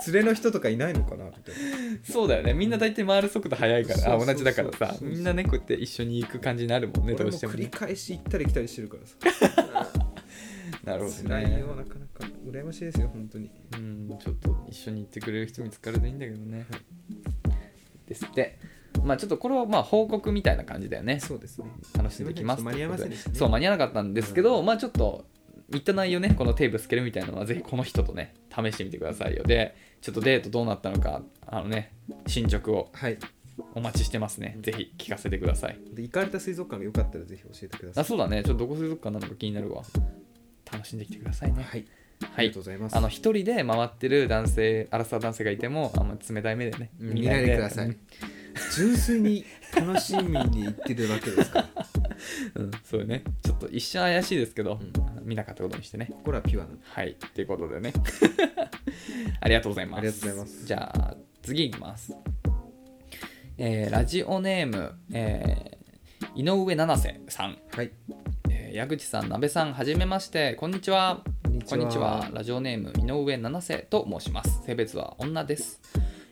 A: 連れの人とかいないのかなみたいな
B: そうだよねみんな大体回る速度速いから
A: そうそ
B: あ
A: うそう
B: 同じだからさ
A: そうそう
B: みんなねこうやって一緒に行く感じになるもんね
A: 俺
B: ど
A: も
B: うしても
A: 繰り
B: ね
A: 返し行ったり来たりしてるからさ
B: なるほど
A: 辛い
B: ね
A: よなかなか羨ましいですよ本当に
B: うんちょっと一緒に行ってくれる人見つかるといいんだけどねですってまあちょっとこれはまあ報告みたいな感じだよね
A: そうですね
B: 楽しんできます
A: すいませんちょっと間に合いませんでしたね
B: そう間に合わなかったんですけど、まあちょっと言った内容ねこのテープつけるみたいなのはぜひこの人とね試してみてくださいよでちょっとデートどうなったのかあのね進捗を
A: はい
B: お待ちしてますねぜひ聞かせてください
A: で行かれた水族館がよかったらぜひ教えてくださ
B: あ
A: い
B: そうだねちょっとどこ水族館なのか気になるわ楽しんできてくださいね
A: はいあ
B: は
A: りが
B: い
A: とうございます
B: あの一人で回ってる男性アラサー男性がいてもあんま冷たい目でね
A: うん見ないでください純粋に楽しみに行ってるわけですから
B: うん、そうねちょっと一瞬怪しいですけど、見なかったことにしてね
A: これはピュアなんで
B: はいっていうことでね ありがとうございます
A: ありがとうございます
B: じゃあ次いきますえーラジオネーム、えー井上七瀬さん、
A: はい
B: えー矢口さん鍋さんはじめましてこんにちは
A: こんにちは
B: ラジオネーム井上七瀬と申します性別は女です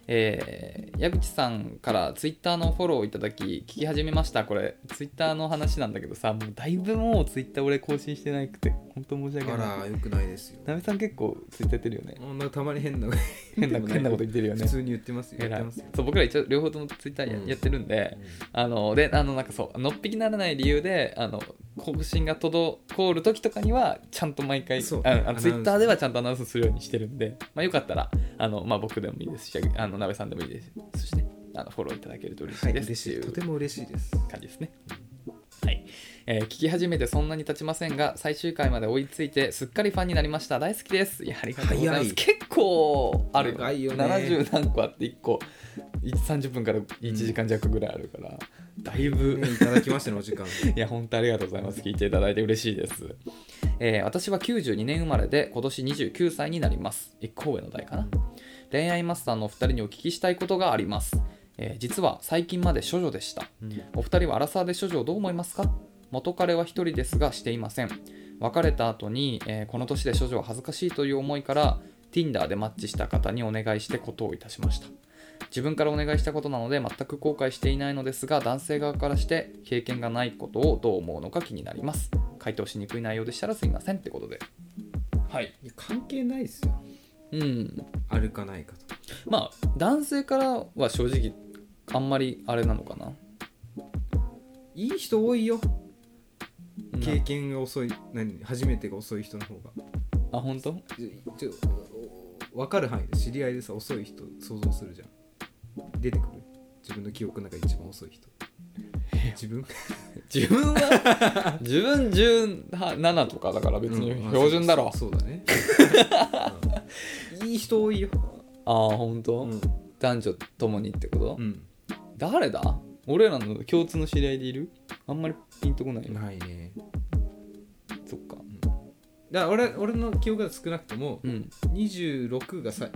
B: えー矢口さんからツイッターのフォローをいただき聞き始めましたこれツイッターの話なんだけどさもうだいぶもうツイッター俺更新してなくて本当申し訳ない
A: あらよくないですよ
B: なべさん結構ツイッターやってるよね。
A: あんなたまに変な
B: 変な変なこと言ってるよね
A: 普。通に言ってますよ言っ
B: 偉
A: て
B: い
A: ますよ
B: そう僕ら一応両方ともツイッターや,、
A: うん
B: やってるんで、あのであのなんかそうのっぴきならない理由であの更新が滞る時とかにはちゃんと毎回
A: そう
B: あ
A: アナウン
B: の
A: ス
B: ツイッターではちゃんとアナウンスするようにしてるんで、まあ、よかったらあの、まあ、僕でもいいですしあの鍋さんでもいいですしねあのフォローいただけると嬉し
A: はいい、
B: で
A: 嬉
B: す
A: し
B: っ
A: い。
B: て
A: と
B: いう
A: ても嬉しいです。
B: 感じですね。はいえー聞き始めてそんなに経ちませんが最終回まで追いついてすっかりファンになりました大好きですいやありがとうございま
A: 早
B: す
A: い
B: 結構ある
A: 長いよね
B: 70何個あって1個い30分から1時間弱ぐらいあるから、だいぶ、
A: ねいただきましたね、お時間。
B: いや本当ありがとうございます聞いていただいて嬉しいです、えー私は92年生まれで今年29歳になります一個上の代かな恋愛マスターのお二人にお聞きしたいことがあります、えー実は最近まで処女でしたお二人はアラサーで処女をどう思いますか元彼は一人ですがしていません別れた後に、えーこの年で処女は恥ずかしいという思いから Tinder でマッチした方にお願いしてことをいたしました自分からお願いしたことなので全く後悔していないのですが男性側からして経験がないことをどう思うのか気になります回答しにくい内容でしたらすいませんってことではい
A: いや関係ないですよ。
B: うん
A: あるかないかと。
B: まあ男性からは正直あんまりあれなのかない
A: い人多いよ。
B: うん
A: 経験が遅い、何、初めてが遅い人の方が。
B: あ本当
A: ちょちょ分かる範囲で知り合いでさ、遅い人想像するじゃん。出てくる。自分の記憶の中で一番遅い人。自分
B: 自分は自分17とかだから別に
A: うん
B: 標準だろ、
A: あそうそうだ ね。うんいい人多いよ。
B: ああ本当、
A: うん。
B: 男女ともにってこと、
A: うん
B: 誰だ俺らの共通の知り合いでいるあんまりピンとこないな、
A: ないね。
B: そっか
A: だから俺俺の記憶が少なくとも、
B: うん
A: 26がさ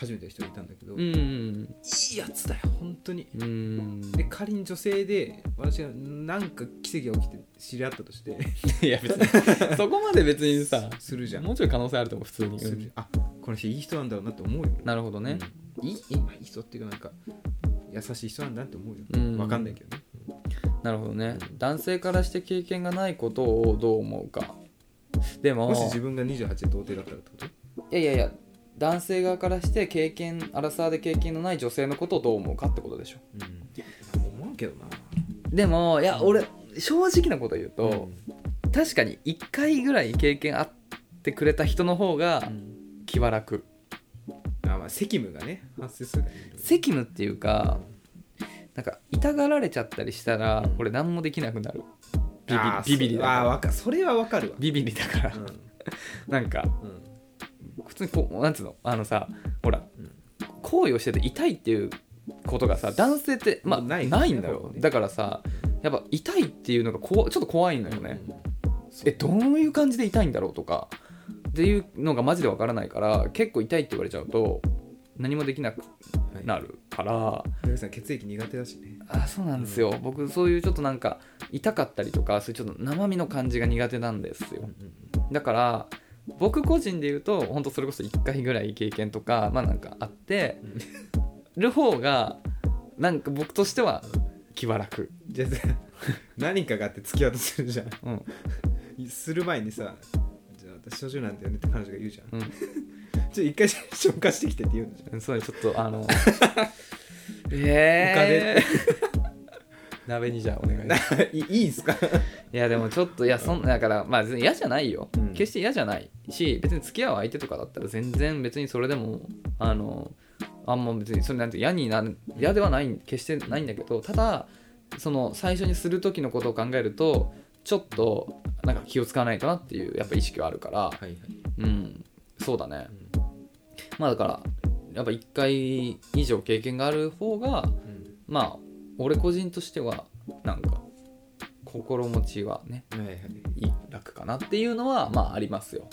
A: 初めての人がいたんだけど、
B: う
A: い
B: ん
A: いやつだよ本当に
B: うん
A: で仮に女性で私がなんか奇跡が起きて知り合ったとして
B: いや別にそこまで別にさ
A: するじゃん
B: もうちょい可能性あると思う普通に、
A: するじゃんあこの人いい人なんだろうなって思うよ
B: うんなるほどね、、
A: うんいいいいまあいい人っていうかなんか優しい人なんだなって思うよ、
B: うん
A: わかんないけどね
B: なるほどね男性からして経験がないことをどう思うかでも
A: もし自分が28で童貞だったらってこと
B: いやいやいや男性側からして経験アラサーで経験のない女性のことをどう思うかってことでしょ
A: うん思うけどな
B: でもいや俺正直なこと言うと、確かに1回ぐらい経験あってくれた人の方が
A: うん
B: 気は楽、
A: あまあまあ責務がね発生するからね
B: 責務っていうかなんか痛がられちゃったりしたら俺何もできなくなるビビ
A: あー
B: ビビリだ
A: そあー
B: から
A: わかそれはわかるわ
B: ビビリだから、なんか
A: うんうん
B: 普通にこうなんつうのあのさほら
A: うん
B: 行為をしてて痛いっていうことがさ男性ってまあ
A: な
B: ないい,、
A: ですね
B: んだ
A: ほぼ
B: よ
A: ね
B: だからさやっぱ痛いっていうのがこわちょっと怖いのよね、えどういう感じで痛いんだろうとかっていうのがマジでわからないから結構痛いって言われちゃうと何もできなく
A: はい
B: なるから、
A: ひろゆきさん血液苦手だしね
B: あそうなんですよ、僕そういうちょっとなんか痛かったりとかそういうちょっと生身の感じが苦手なんですよだから僕個人で言うと本当それこそ1回ぐらい経験とかまあなんかあって
A: うん
B: る方がなんか僕としては気は楽、
A: じゃあさ何かがあって付き合うとするじゃん
B: うん
A: する前にさじゃあ私少女なんだよねって彼女が言うじゃん
B: うん、
A: ちょ一回消化してきてって言うんじゃん
B: そうちょっとあの ええー、 鍋にじゃあお願いします
A: ない いいんすか
B: いやでもちょっといやそんだからまあ全然嫌じゃないよ、
A: うん
B: 決して嫌じゃないし別に付き合う相手とかだったら全然別にそれでもあのあんま別にそれなんて嫌になん嫌ではない決してないんだけどただその最初にする時のことを考えるとちょっとなんか気を使わないとなっていうやっぱ意識はあるから
A: はいはい
B: うんそうだねまあだからやっぱ1回以上経験がある方がまあ俺個人としてはなんか心持ちはね
A: はいはい
B: いい楽かなっていうのはまあありますよ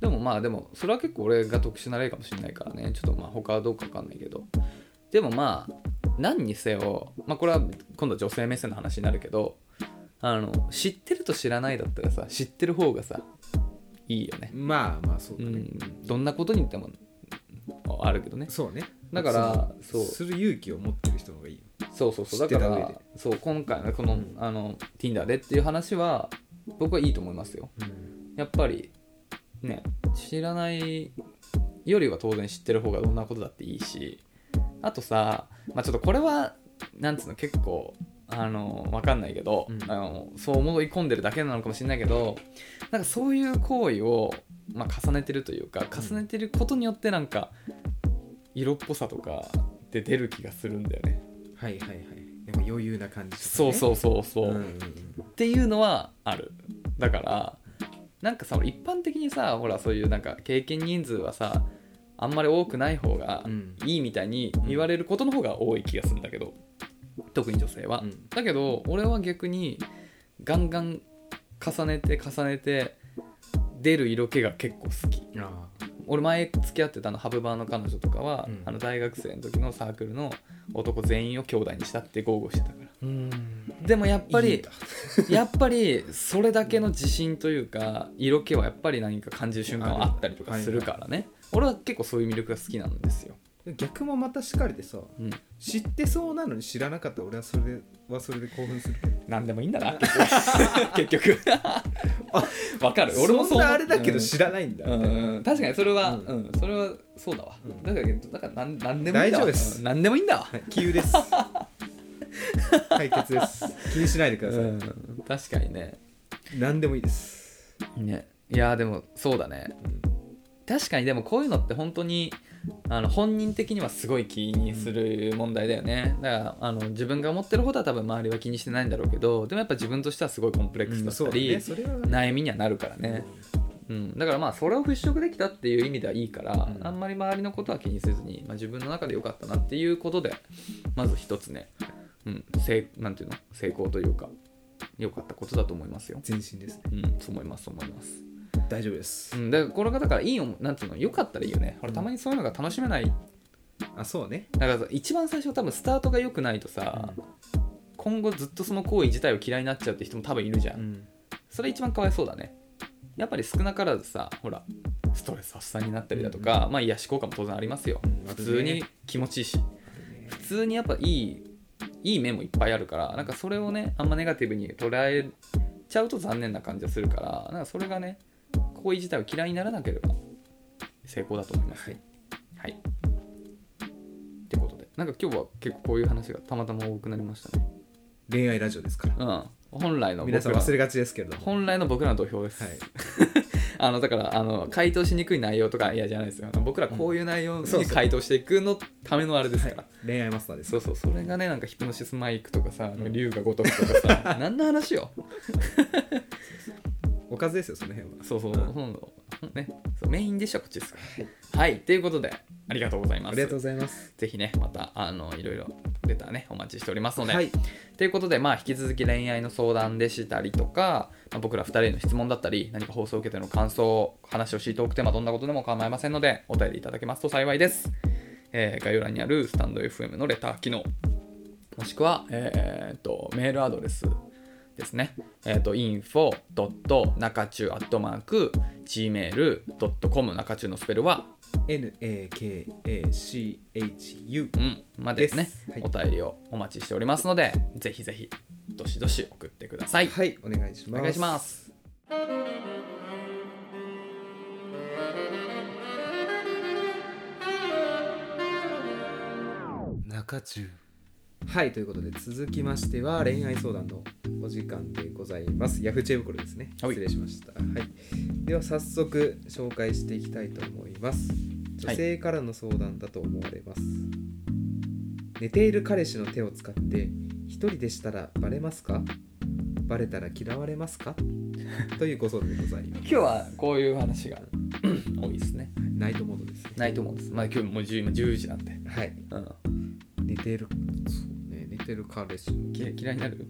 B: でもまあでもそれは結構俺が特殊な例かもしれないからねちょっとまあ他はどうかわかんないけどでもまあ何にせよまあこれは今度は女性目線の話になるけどあの知ってると知らないだったらさ知ってる方がさいいよね
A: まあまあそう
B: う
A: だね
B: んどんなことにでもあるけどね
A: そうね
B: だからそう
A: する勇気を持ってる人の方がいい
B: そうそうそう
A: 知っ
B: だ
A: て
B: か
A: た上
B: ら
A: で
B: そう今回のこの,、
A: うん
B: あの Tinder でっていう話は僕はいいと思いますよやっぱりね知らないよりは当然知ってる方がどんなことだっていいしあとさ、まあ、ちょっとこれはなんつうの結構あのわかんないけど、
A: うん
B: あのそう思い込んでるだけなのかもしれないけどなんかそういう行為を、まあ、重ねてるというか重ねてることによってなんか色っぽさとかって出る気がするんだよね。
A: はいはいはいでも余裕な感じ
B: そう
A: う
B: そうそうそう、
A: んうん
B: っていうのはあるだからなんかさ俺一般的にさほらそういうなんか経験人数はさあんまり多くない方が
A: うん
B: いいみたいに言われることの方が多い気がするんだけど、特に女性は、
A: うん
B: だけど俺は逆にガンガン重ねて重ねて出る色気が結構好き
A: ああ
B: 俺前付き合ってたあのハブバーの彼女とかは、
A: うん
B: あの大学生の時のサークルの男全員を兄弟にしたって豪語してたから
A: うん
B: でもやっぱり
A: いいんだ
B: やっぱりそれだけの自信というか色気はやっぱり何か感じる瞬間はあったりとかするからね俺は結構そういう魅力が好きなんですよ、
A: 逆もまたしかりでさ
B: うん、
A: 知ってそうなのに知らなかったら俺はそれではそれで興奮するけど
B: 何でもいいんだな 結局わかる俺もそ
A: ん
B: う思う
A: なあれだけど
B: うん
A: 知らないんだ、
B: うんうんうん確かにそれは、
A: う
B: うんんそれはそうだわ、
A: うん
B: だからだからなんなんでもいい
A: 大
B: んだ
A: 丈
B: わ
A: 夫です
B: うんなんでもいいんだわ
A: はい、気憂です 解決です気にしないでください、
B: うん確かにね
A: 何でもいいです、
B: ねいやーでもそうだね確かにでもこういうのって本当にあの本人的にはすごい気にする問題だよねだからあの自分が思ってることは多分周りは気にしてないんだろうけどでもやっぱ自分としてはすごいコンプレックスだっ
A: そう
B: た
A: だね
B: り、
A: それは
B: 悩みにはなるからね、うん、だからまあそれを払拭できたっていう意味ではいいから、
A: うん
B: あんまり周りのことは気にせずに、まあ、自分の中で良かったなっていうことでまず一つね、うん、せいなんていうの成功というか良かったことだと思いますよ。
A: 全身ですね
B: うん、そう思いますそう思います。
A: 大丈夫です、
B: うん、だからこれがだからいいよなんていうの良かったらいいよねほらたまにそういうのが楽しめない
A: あそうね
B: だからさ一番最初多分スタートが良くないとさ、今後ずっとその行為自体を嫌いになっちゃうって人も多分いるじゃん、
A: うん
B: それ一番かわいそうだねやっぱり少なからずさほらストレス発散になったりだとか、まあ癒し効果も当然ありますよ、
A: うん
B: 普通に気持ちいいし普通にやっぱいいいい面もいっぱいあるからなんかそれをねあんまネガティブに捉えちゃうと残念な感じがするからなんかそれがね行為自体を嫌いにならなければ成功だと思いますよはい、ってことでなんか今日は結構こういう話がたまたま多くなりましたね
A: 恋愛ラジオですから
B: うん本来の
A: 皆
B: 僕
A: さん
B: ら
A: 忘れがちですけれども
B: 本来の僕らの土俵です、
A: はい
B: あのだからあの回答しにくい内容とかいやじゃないですよ僕らこういう内容
A: そう
B: に
A: そう
B: 回答していくのためのあれ ですから、
A: 恋愛マスターです
B: そうそうそれがねなんかヒプノシスマイクとかさ、龍が如くとか さ何の話よ
A: おかずですよその辺は
B: そうそう、
A: うん
B: ほんのね、そうメインでしょこっちですからはいということでありがとうございま
A: あ
B: す
A: りがとうございます
B: ぜひねまたあのいろいろレターねお待ちしておりますので、
A: はい
B: ということで、まあ、引き続き恋愛の相談でしたりとか、まあ僕ら2人への質問だったり何か放送を受けての感想話をしいトークテーマどんなことでも構いませんのでお便りいただけますと幸いです、えー概要欄にあるスタンド FM のレター機能もしくは、えーっとメールアドレスですね、えーっと info.nakachu.gmail.com 中中のスペルは
A: NAKACHU
B: うん、までですね
A: ですはい
B: お便りをお待ちしておりますのでぜひぜひどしどし送ってください、
A: はいお願いし
B: お
A: ます
B: 願いします
A: 中中はいということで続きましては恋愛相談のお時間でございますヤフーチェーブコルですね
B: はい
A: 失礼しました、はい、では早速紹介していきたいと思います女性からの相談だと思われます、寝ている彼氏の手を使って一人でしたらバレますかバレたら嫌われますかというご相談でございます
B: 今日はこういう話が 多いですね
A: ナイトモードですね
B: ないと思うんですまあ今日もう10今10時なんで、
A: はい
B: うん、
A: 寝てるそうね寝てる彼氏の
B: き嫌いになる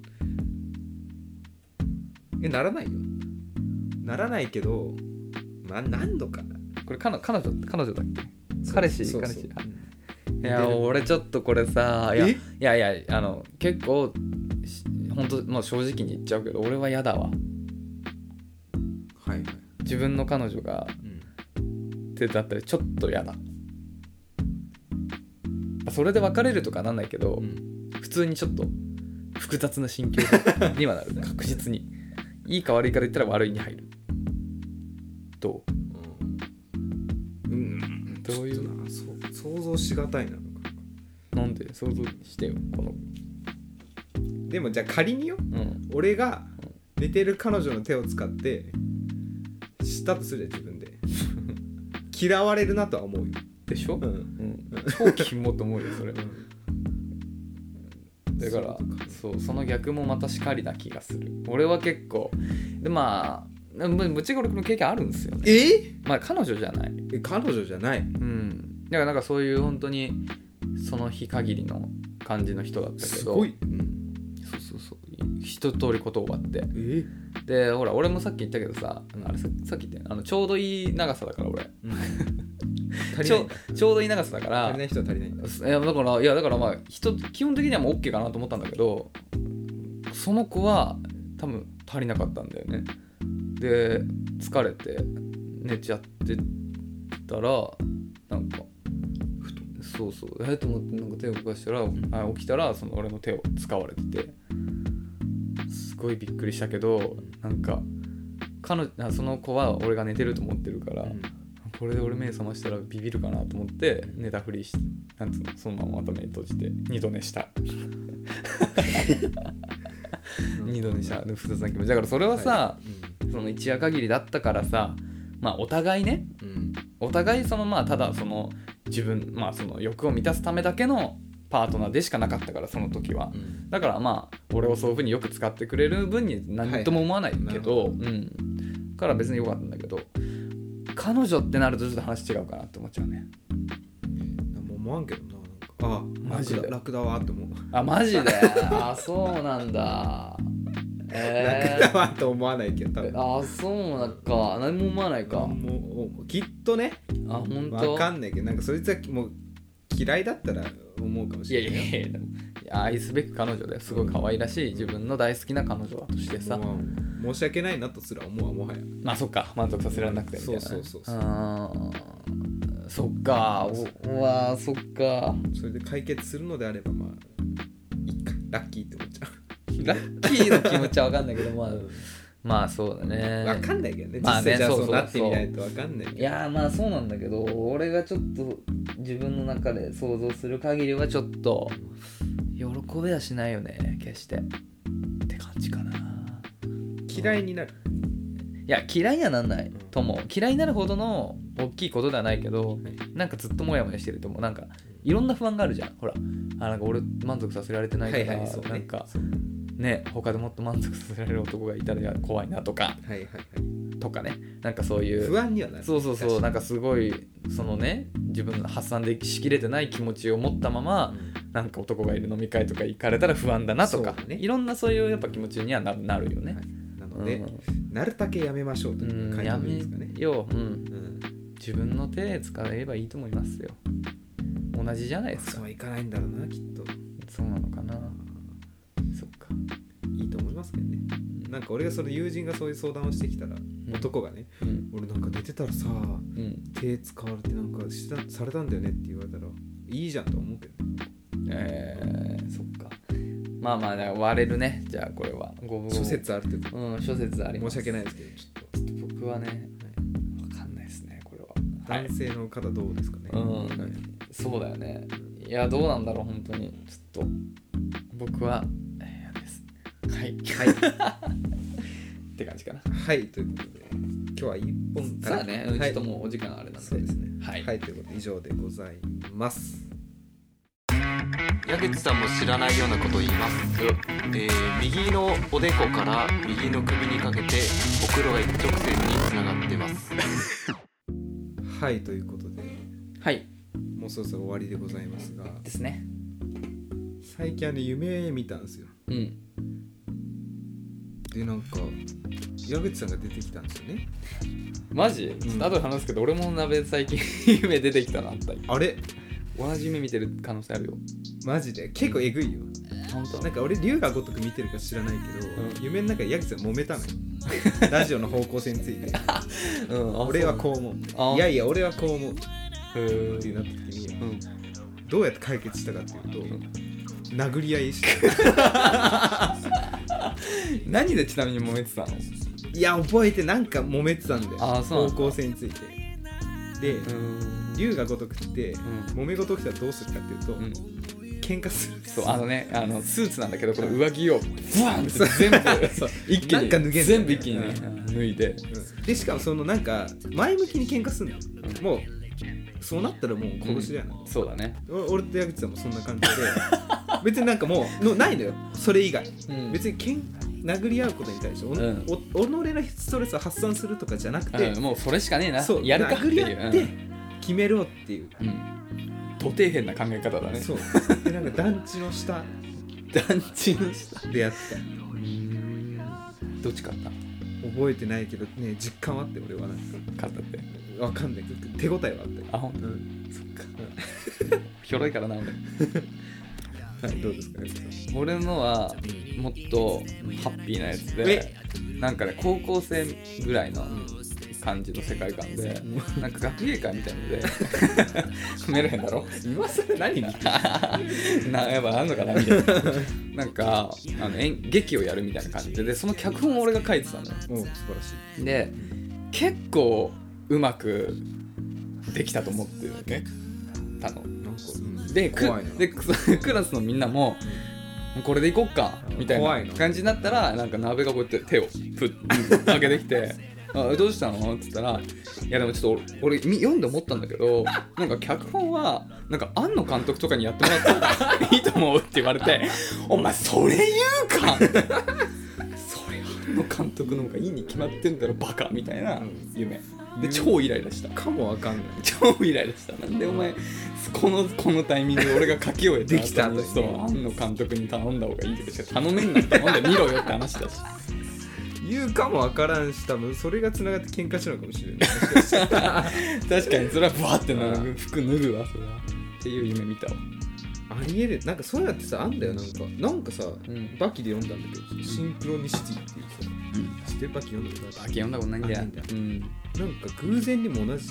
A: えならないよならないけど、まあ、何度か
B: これ彼女彼女彼女だっけ彼氏
A: そう
B: 彼
A: そう
B: 氏
A: うん
B: いや俺ちょっとこれさいや
A: え
B: いやいやあの結構し本当もう正直に言っちゃうけど俺は嫌だわ
A: はいはい、
B: 自分の彼女が
A: うん、
B: ってだったらちょっと嫌だそれで別れるとかなんないけど、
A: うん
B: 普通にちょっと複雑な心境にはな る確実にいいか悪いかで言ったら悪いに入るどう
A: うん
B: どういう
A: ちょっとなそう想像しがたいなのか
B: なんで想像してよこの
A: でもじゃあ仮によ
B: うん
A: 俺が寝てる彼女の手を使ってしたとするじゃん自分で 嫌われるなとは思うよ、
B: でしょ、
A: う
B: うん
A: ん
B: 超キモと思うよそれだか
A: そういう
B: ら
A: ことか
B: そうその逆もまたしかりな気がする俺は結構でまあむむちごろの経験あるんですよね
A: え
B: まあ彼女じゃない
A: え彼女じゃない
B: うん、だからなんかそういう本当にその日限りの感じの人だったけど
A: すごい、うん、
B: そうそうそう一通りこと終わって
A: え
B: でほら俺もさっき言ったけどさ
A: うん
B: あれささっき言ったよあのちょうどいい長さだから俺
A: 足り
B: ち
A: ない
B: ょ
A: んだ
B: ちょうどいい長さだから
A: 足りない人は足りないんだ
B: いやだからいやだからまあ人基本的にはもう OK かなと思ったんだけどその子は多分足りなかったんだよねで疲れて寝ちゃってたらなんかふとそうそうえっと思ってなんか手を動かしたら、
A: ん
B: あ起きたらその俺の手を使われててすごいびっくりしたけどなんか彼女あその子は俺が寝てると思ってるから、
A: うん
B: これで俺目覚ましたらビビるかなと思って寝たふりしてなんつうのそのまままた目閉じて二度寝した二度寝したで複雑な気持ちだからそれはさ、その一夜限りだったからさまあお互いね
A: うんうん
B: お互いそのまあただその自分まあその欲を満たすためだけのパートナーでしかなかったからその時は
A: うん
B: だからまあ俺をそういうふうによく使ってくれる分に何とも思わないけど,、
A: はい
B: うんから別に良かったんだけど彼女ってなるとちょっと話違うかなって思っちゃうね
A: なんも思わんけどななんかあ
B: マジで
A: 楽だ楽だわって思う、
B: あマジで あそうなんだえ
A: 楽だわと思わないけど多分
B: ー、あそうなんか何も思わないかあ
A: なんもおきっとね
B: 本
A: わ
B: 当
A: かんないけどなんかそいつはもう嫌いだったら思うかもし
B: いや
A: れ
B: い
A: ない
B: やいやでもいや愛すべき彼女だよすごい可愛らしい自分の大好きな彼女だとしてさ
A: もう申し訳ないなとすら思うわもはや
B: まあそっか満足させられなくてみたいなね
A: そうそうそうそう
B: あーそっかおうわーそっか
A: それで解決するのであればまあいいかラッキーって思っちゃ
B: ラッキーの気持ちは分かんないけどまあ
A: う、
B: まあそうだね
A: わかんないけどね実
B: まあね
A: 際じゃあ
B: そう
A: そ
B: そう
A: うなってみないとわかんない
B: い
A: けど
B: やーまあそうなんだけど俺がちょっと自分の中で想像する限りはちょっと喜べはしないよね決してって感じかない
A: 嫌いになる
B: や嫌いにはなんないとも嫌いになるほどの大きいことではないけど
A: はい
B: なんかずっとモヤモヤしてるともうなんかいろんな不安があるじゃんほらあなんか俺満足させられてないから、
A: はいはいそうね
B: なんかね他でもっと満足させられる男がいたら怖いなとか
A: はいはいはい
B: とかねなんかそういう
A: 不安にはなる
B: そうそうそうなん
A: か
B: かすごいそのね自分の発散できしきれてない気持ちを持ったままなんか男がいる飲み会とか行かれたら不安だなとか
A: そう、だね
B: いろんなそういうやっぱ気持ちにはななるよね。
A: な
B: う
A: の
B: ん
A: で、なるだけやめましょうと
B: う
A: いう回
B: ん、や
A: 答でいい
B: め
A: ですかね
B: よう、うん、
A: うん
B: 自分の手使えればいいと思いますよ同じじゃないで
A: そ
B: す
A: う
B: か
A: はいかないんだろうなきっと
B: そうなのかなそっか
A: いいと思いますけどねなんか俺がその友人がそういう相談をしてきたら、男がね
B: うん
A: 俺なんか寝てたらさ
B: うん
A: 手使われてなんかしたされたんだよねって言われたらいいじゃんと思うけどね
B: えー、そっかまあまあ、ね、割れるねじゃあこれはご分
A: 諸説あるってこ
B: うん諸説あ
A: と
B: り
A: 申
B: ます
A: し訳ないですけどちょっ
B: ちょっと僕はねわかんないですねこれ
A: と
B: ははい
A: 男性の方どうですかね、
B: うん
A: はい
B: そうだよねいやどうなんだろう本当にちょっと僕は嫌ですはいはい って感じかな
A: はいということで今日は一本か
B: さ
A: ら
B: あね、うんちょっと
A: はい
B: もうお時間あれなんで
A: そうですね
B: はい
A: ということで以上でございます
C: 矢口さんも知らないようなことを言います、えー右のおでこから右の首にかけてお風呂が一直線につながってます
A: はいということで
B: はい
A: もうそろそろ終わりでございますが
B: ですね
A: 最近あの夢見たんですよ
B: うん
A: でなんか矢口さんが出てきたんですよね
B: マジ、
A: ん
B: 後で話すけど俺も鍋最近 夢出てきたなあったり
A: あれ
B: 同じ夢見てる可能性あるよ
A: マジで結構えぐいよ
B: 本
A: なんか俺龍が如く見てるか知らないけど、
B: うん
A: 夢の中で矢口さん揉めたの よラジオの方向性について
B: 当うんあ
A: 俺は
B: そ
A: こう思
B: あ
A: ういやいや俺はこう思うっ
B: うへ
A: て
B: ー
A: なった時に
B: うん
A: どうやって解決したかっていうと殴り合いして
B: 何でちなみに揉めてたの
A: いや覚えてなんか揉めてたんだよ
B: あーそうなん
A: 方
B: だ
A: 向性についてで
B: ん
A: 龍が如くって、揉め事起きたらどうするかっていうと、
B: うん
A: 喧嘩する
B: そうあのねあのスーツなんだけどこの上着をブワンって全部一気
A: なん
B: に
A: か脱げんだよね
B: 全部一気にね脱いで
A: うんでしかもそのなんか前向きに喧嘩するの、もうそうなったらもう殺しだよな、
B: そうだね
A: お俺と矢口さんもそんな感じで 別になんかもうのないのよそれ以外、
B: うん
A: 別にけん殴り合うことに対してお、
B: ん
A: お己のストレスを発散するとかじゃなくて、
B: うんもうそれしかねえな
A: そう
B: やるかって
A: 殴
B: い
A: り
B: う
A: 合って決めろっていう、
B: うんうん土底辺な考え方だね
A: そうでなんか団地の下
B: 団地の下
A: でやってた
B: どっち勝った
A: 覚えてないけどね実感はあって俺はなんか
B: 勝ったって
A: わかんないけど手応えはあって
B: あほんと
A: うん
B: ひょろいからな俺
A: はいどうですかね
B: 俺のはもっとハッピーなやつでなんかね高校生ぐらいの感じの世界観でなんか学芸会みたい のでメルヘンだろ
A: 今更何に
B: なやっぱあんのかなみたいななんかあの演劇をやるみたいな感じででその脚本を俺が書いてたのよ
A: もう素晴らしい
B: で結構うまくできたと思ってるねたの
A: なんか、うん
B: でく
A: 怖いな
B: でく クラスのみんなももうこれでいこっか
A: うん
B: みたい
A: 怖い
B: な
A: な
B: 感じになったらなんか鍋がこうやって手を プッ上げてきて「あどうしたの?」って言ったら「いやでもちょっと俺み読んで思ったんだけどなんか脚本はなんか庵野監督とかにやってもらった方がいいと思う」って 言われて「お前それ言うか!」それ庵野監督の方がいいに決まってんだろバカみたいな夢で超イライラした
A: かもわかんない
B: 超イライラしたなんでお前このこのタイミングで俺が書き終えた後
A: で
B: に
A: きた後にね
B: そう庵野監督に頼んだ方がいいとかしか頼めんなって頼んで見ろよって話だし
A: 言うかもわからんし多分それがつながって喧嘩したのかもしれない
B: 確かにそれはバーってな
A: う
B: 服脱ぐわそれはっていう夢見たわ
A: ありえるなんかそういうのってさあんだよなんかなんかさ、
B: ん
A: バキで読んだんだけどシンクロニシティっていうさ
B: うん
A: 知ってるバキ読んだことあ
B: バキ読んだことないんだよ
A: あないんだ
B: うん
A: るなんか偶然にも同じ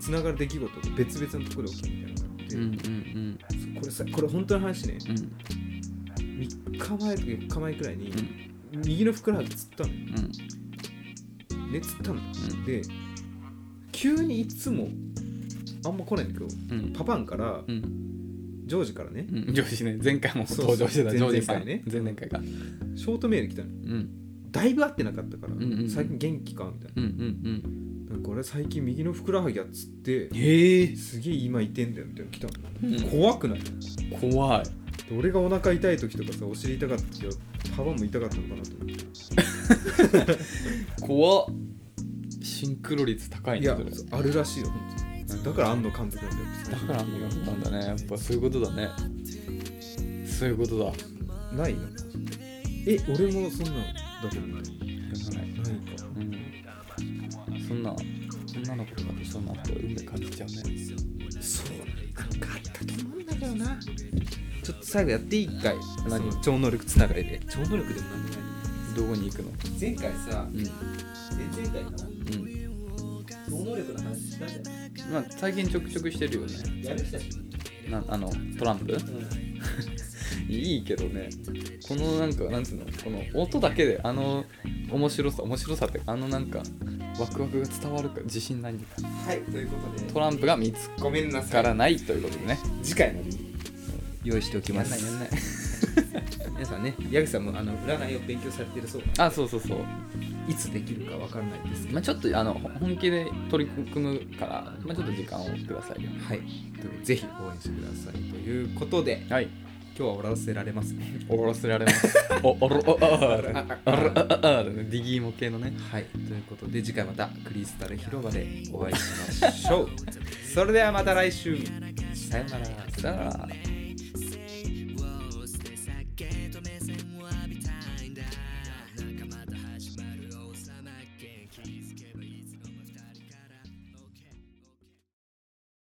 A: つながる出来事が別々のところで起きるみたいなのがあって、
B: うんうん
A: これさこれ本当の話ね
B: うんうん
A: 3日前とか4日前くらいに、右のふくらはぎつったのよ
B: うんうん
A: ねつったので急にいつもあんま来ないんだけど
B: うん
A: パパンから
B: うん
A: ジョージからね
B: うんジョージね前回も
A: そう
B: 登場してたジョージさ
A: 前々回
B: ん
A: ね
B: 前々回か
A: ショートメール来たの
B: うん
A: だいぶ会ってなかったから、
B: んうんうん
A: 最近元気かみたいな
B: うんうん
A: なんか俺最近右のふくらはぎやっつって
B: へえ
A: すげえ今いてんだよみたいなの来たの、
B: うん
A: 怖くない
B: 怖い
A: で俺がお腹痛い時とかさお尻痛かったしパパも痛かったのかなと思って
B: 怖っシンクロ率高い
A: い
B: ね
A: や
B: それ
A: あるらしいよ本当にだから安藤監督なんだよ
B: だから雨が降ったんだねやっぱそういうことだねそういうことだ
A: ないのえ俺もそんなんだけどないないか
B: うんそんな女の子とかとそんなこと運命感じちゃうね
A: そうなんかあったと思うんだけどなちょっと最後やっていい一回何超能力つながりで超能力でもなんでない
B: どこに行くの
A: 前回さ
B: うん
A: 前々回かな
B: うん
A: 超能力の話したじゃん
B: まあ最近ちょくちょくしてるよね
A: やる人たち
B: なあのトランプ
A: う
B: いいけどねこのなんかなんつうのこの音だけであの面白さ面白さってあのなんかワクワクが伝わるか自信ないんだ
A: んはいということで
B: トランプが見つ
A: ごめんなさ
B: か
A: い
B: らないということでね
A: 次回までに用意しておき
B: や
A: ま
B: んないやん
A: す
B: ない
A: 皆さんね矢口さんもあの占いを勉強されてるそうな
B: あそうそうそう
A: いつできるかわからないですけど
B: まあ、ちょっとあのほ本気で取り組むから、まあ、ちょっと時間をくださいよ。
A: はいということでぜひ応援してくださいということで
B: はい。
A: 今日は終わらせられますね
B: おろせられます。お、おろ、お、ああ、あ
A: あ
B: あ、ああ、あディギーモ系のね。
A: はいということで次回またクリスタル広場でお会いしましょうそれではまた来週
B: さよなら。さよなら。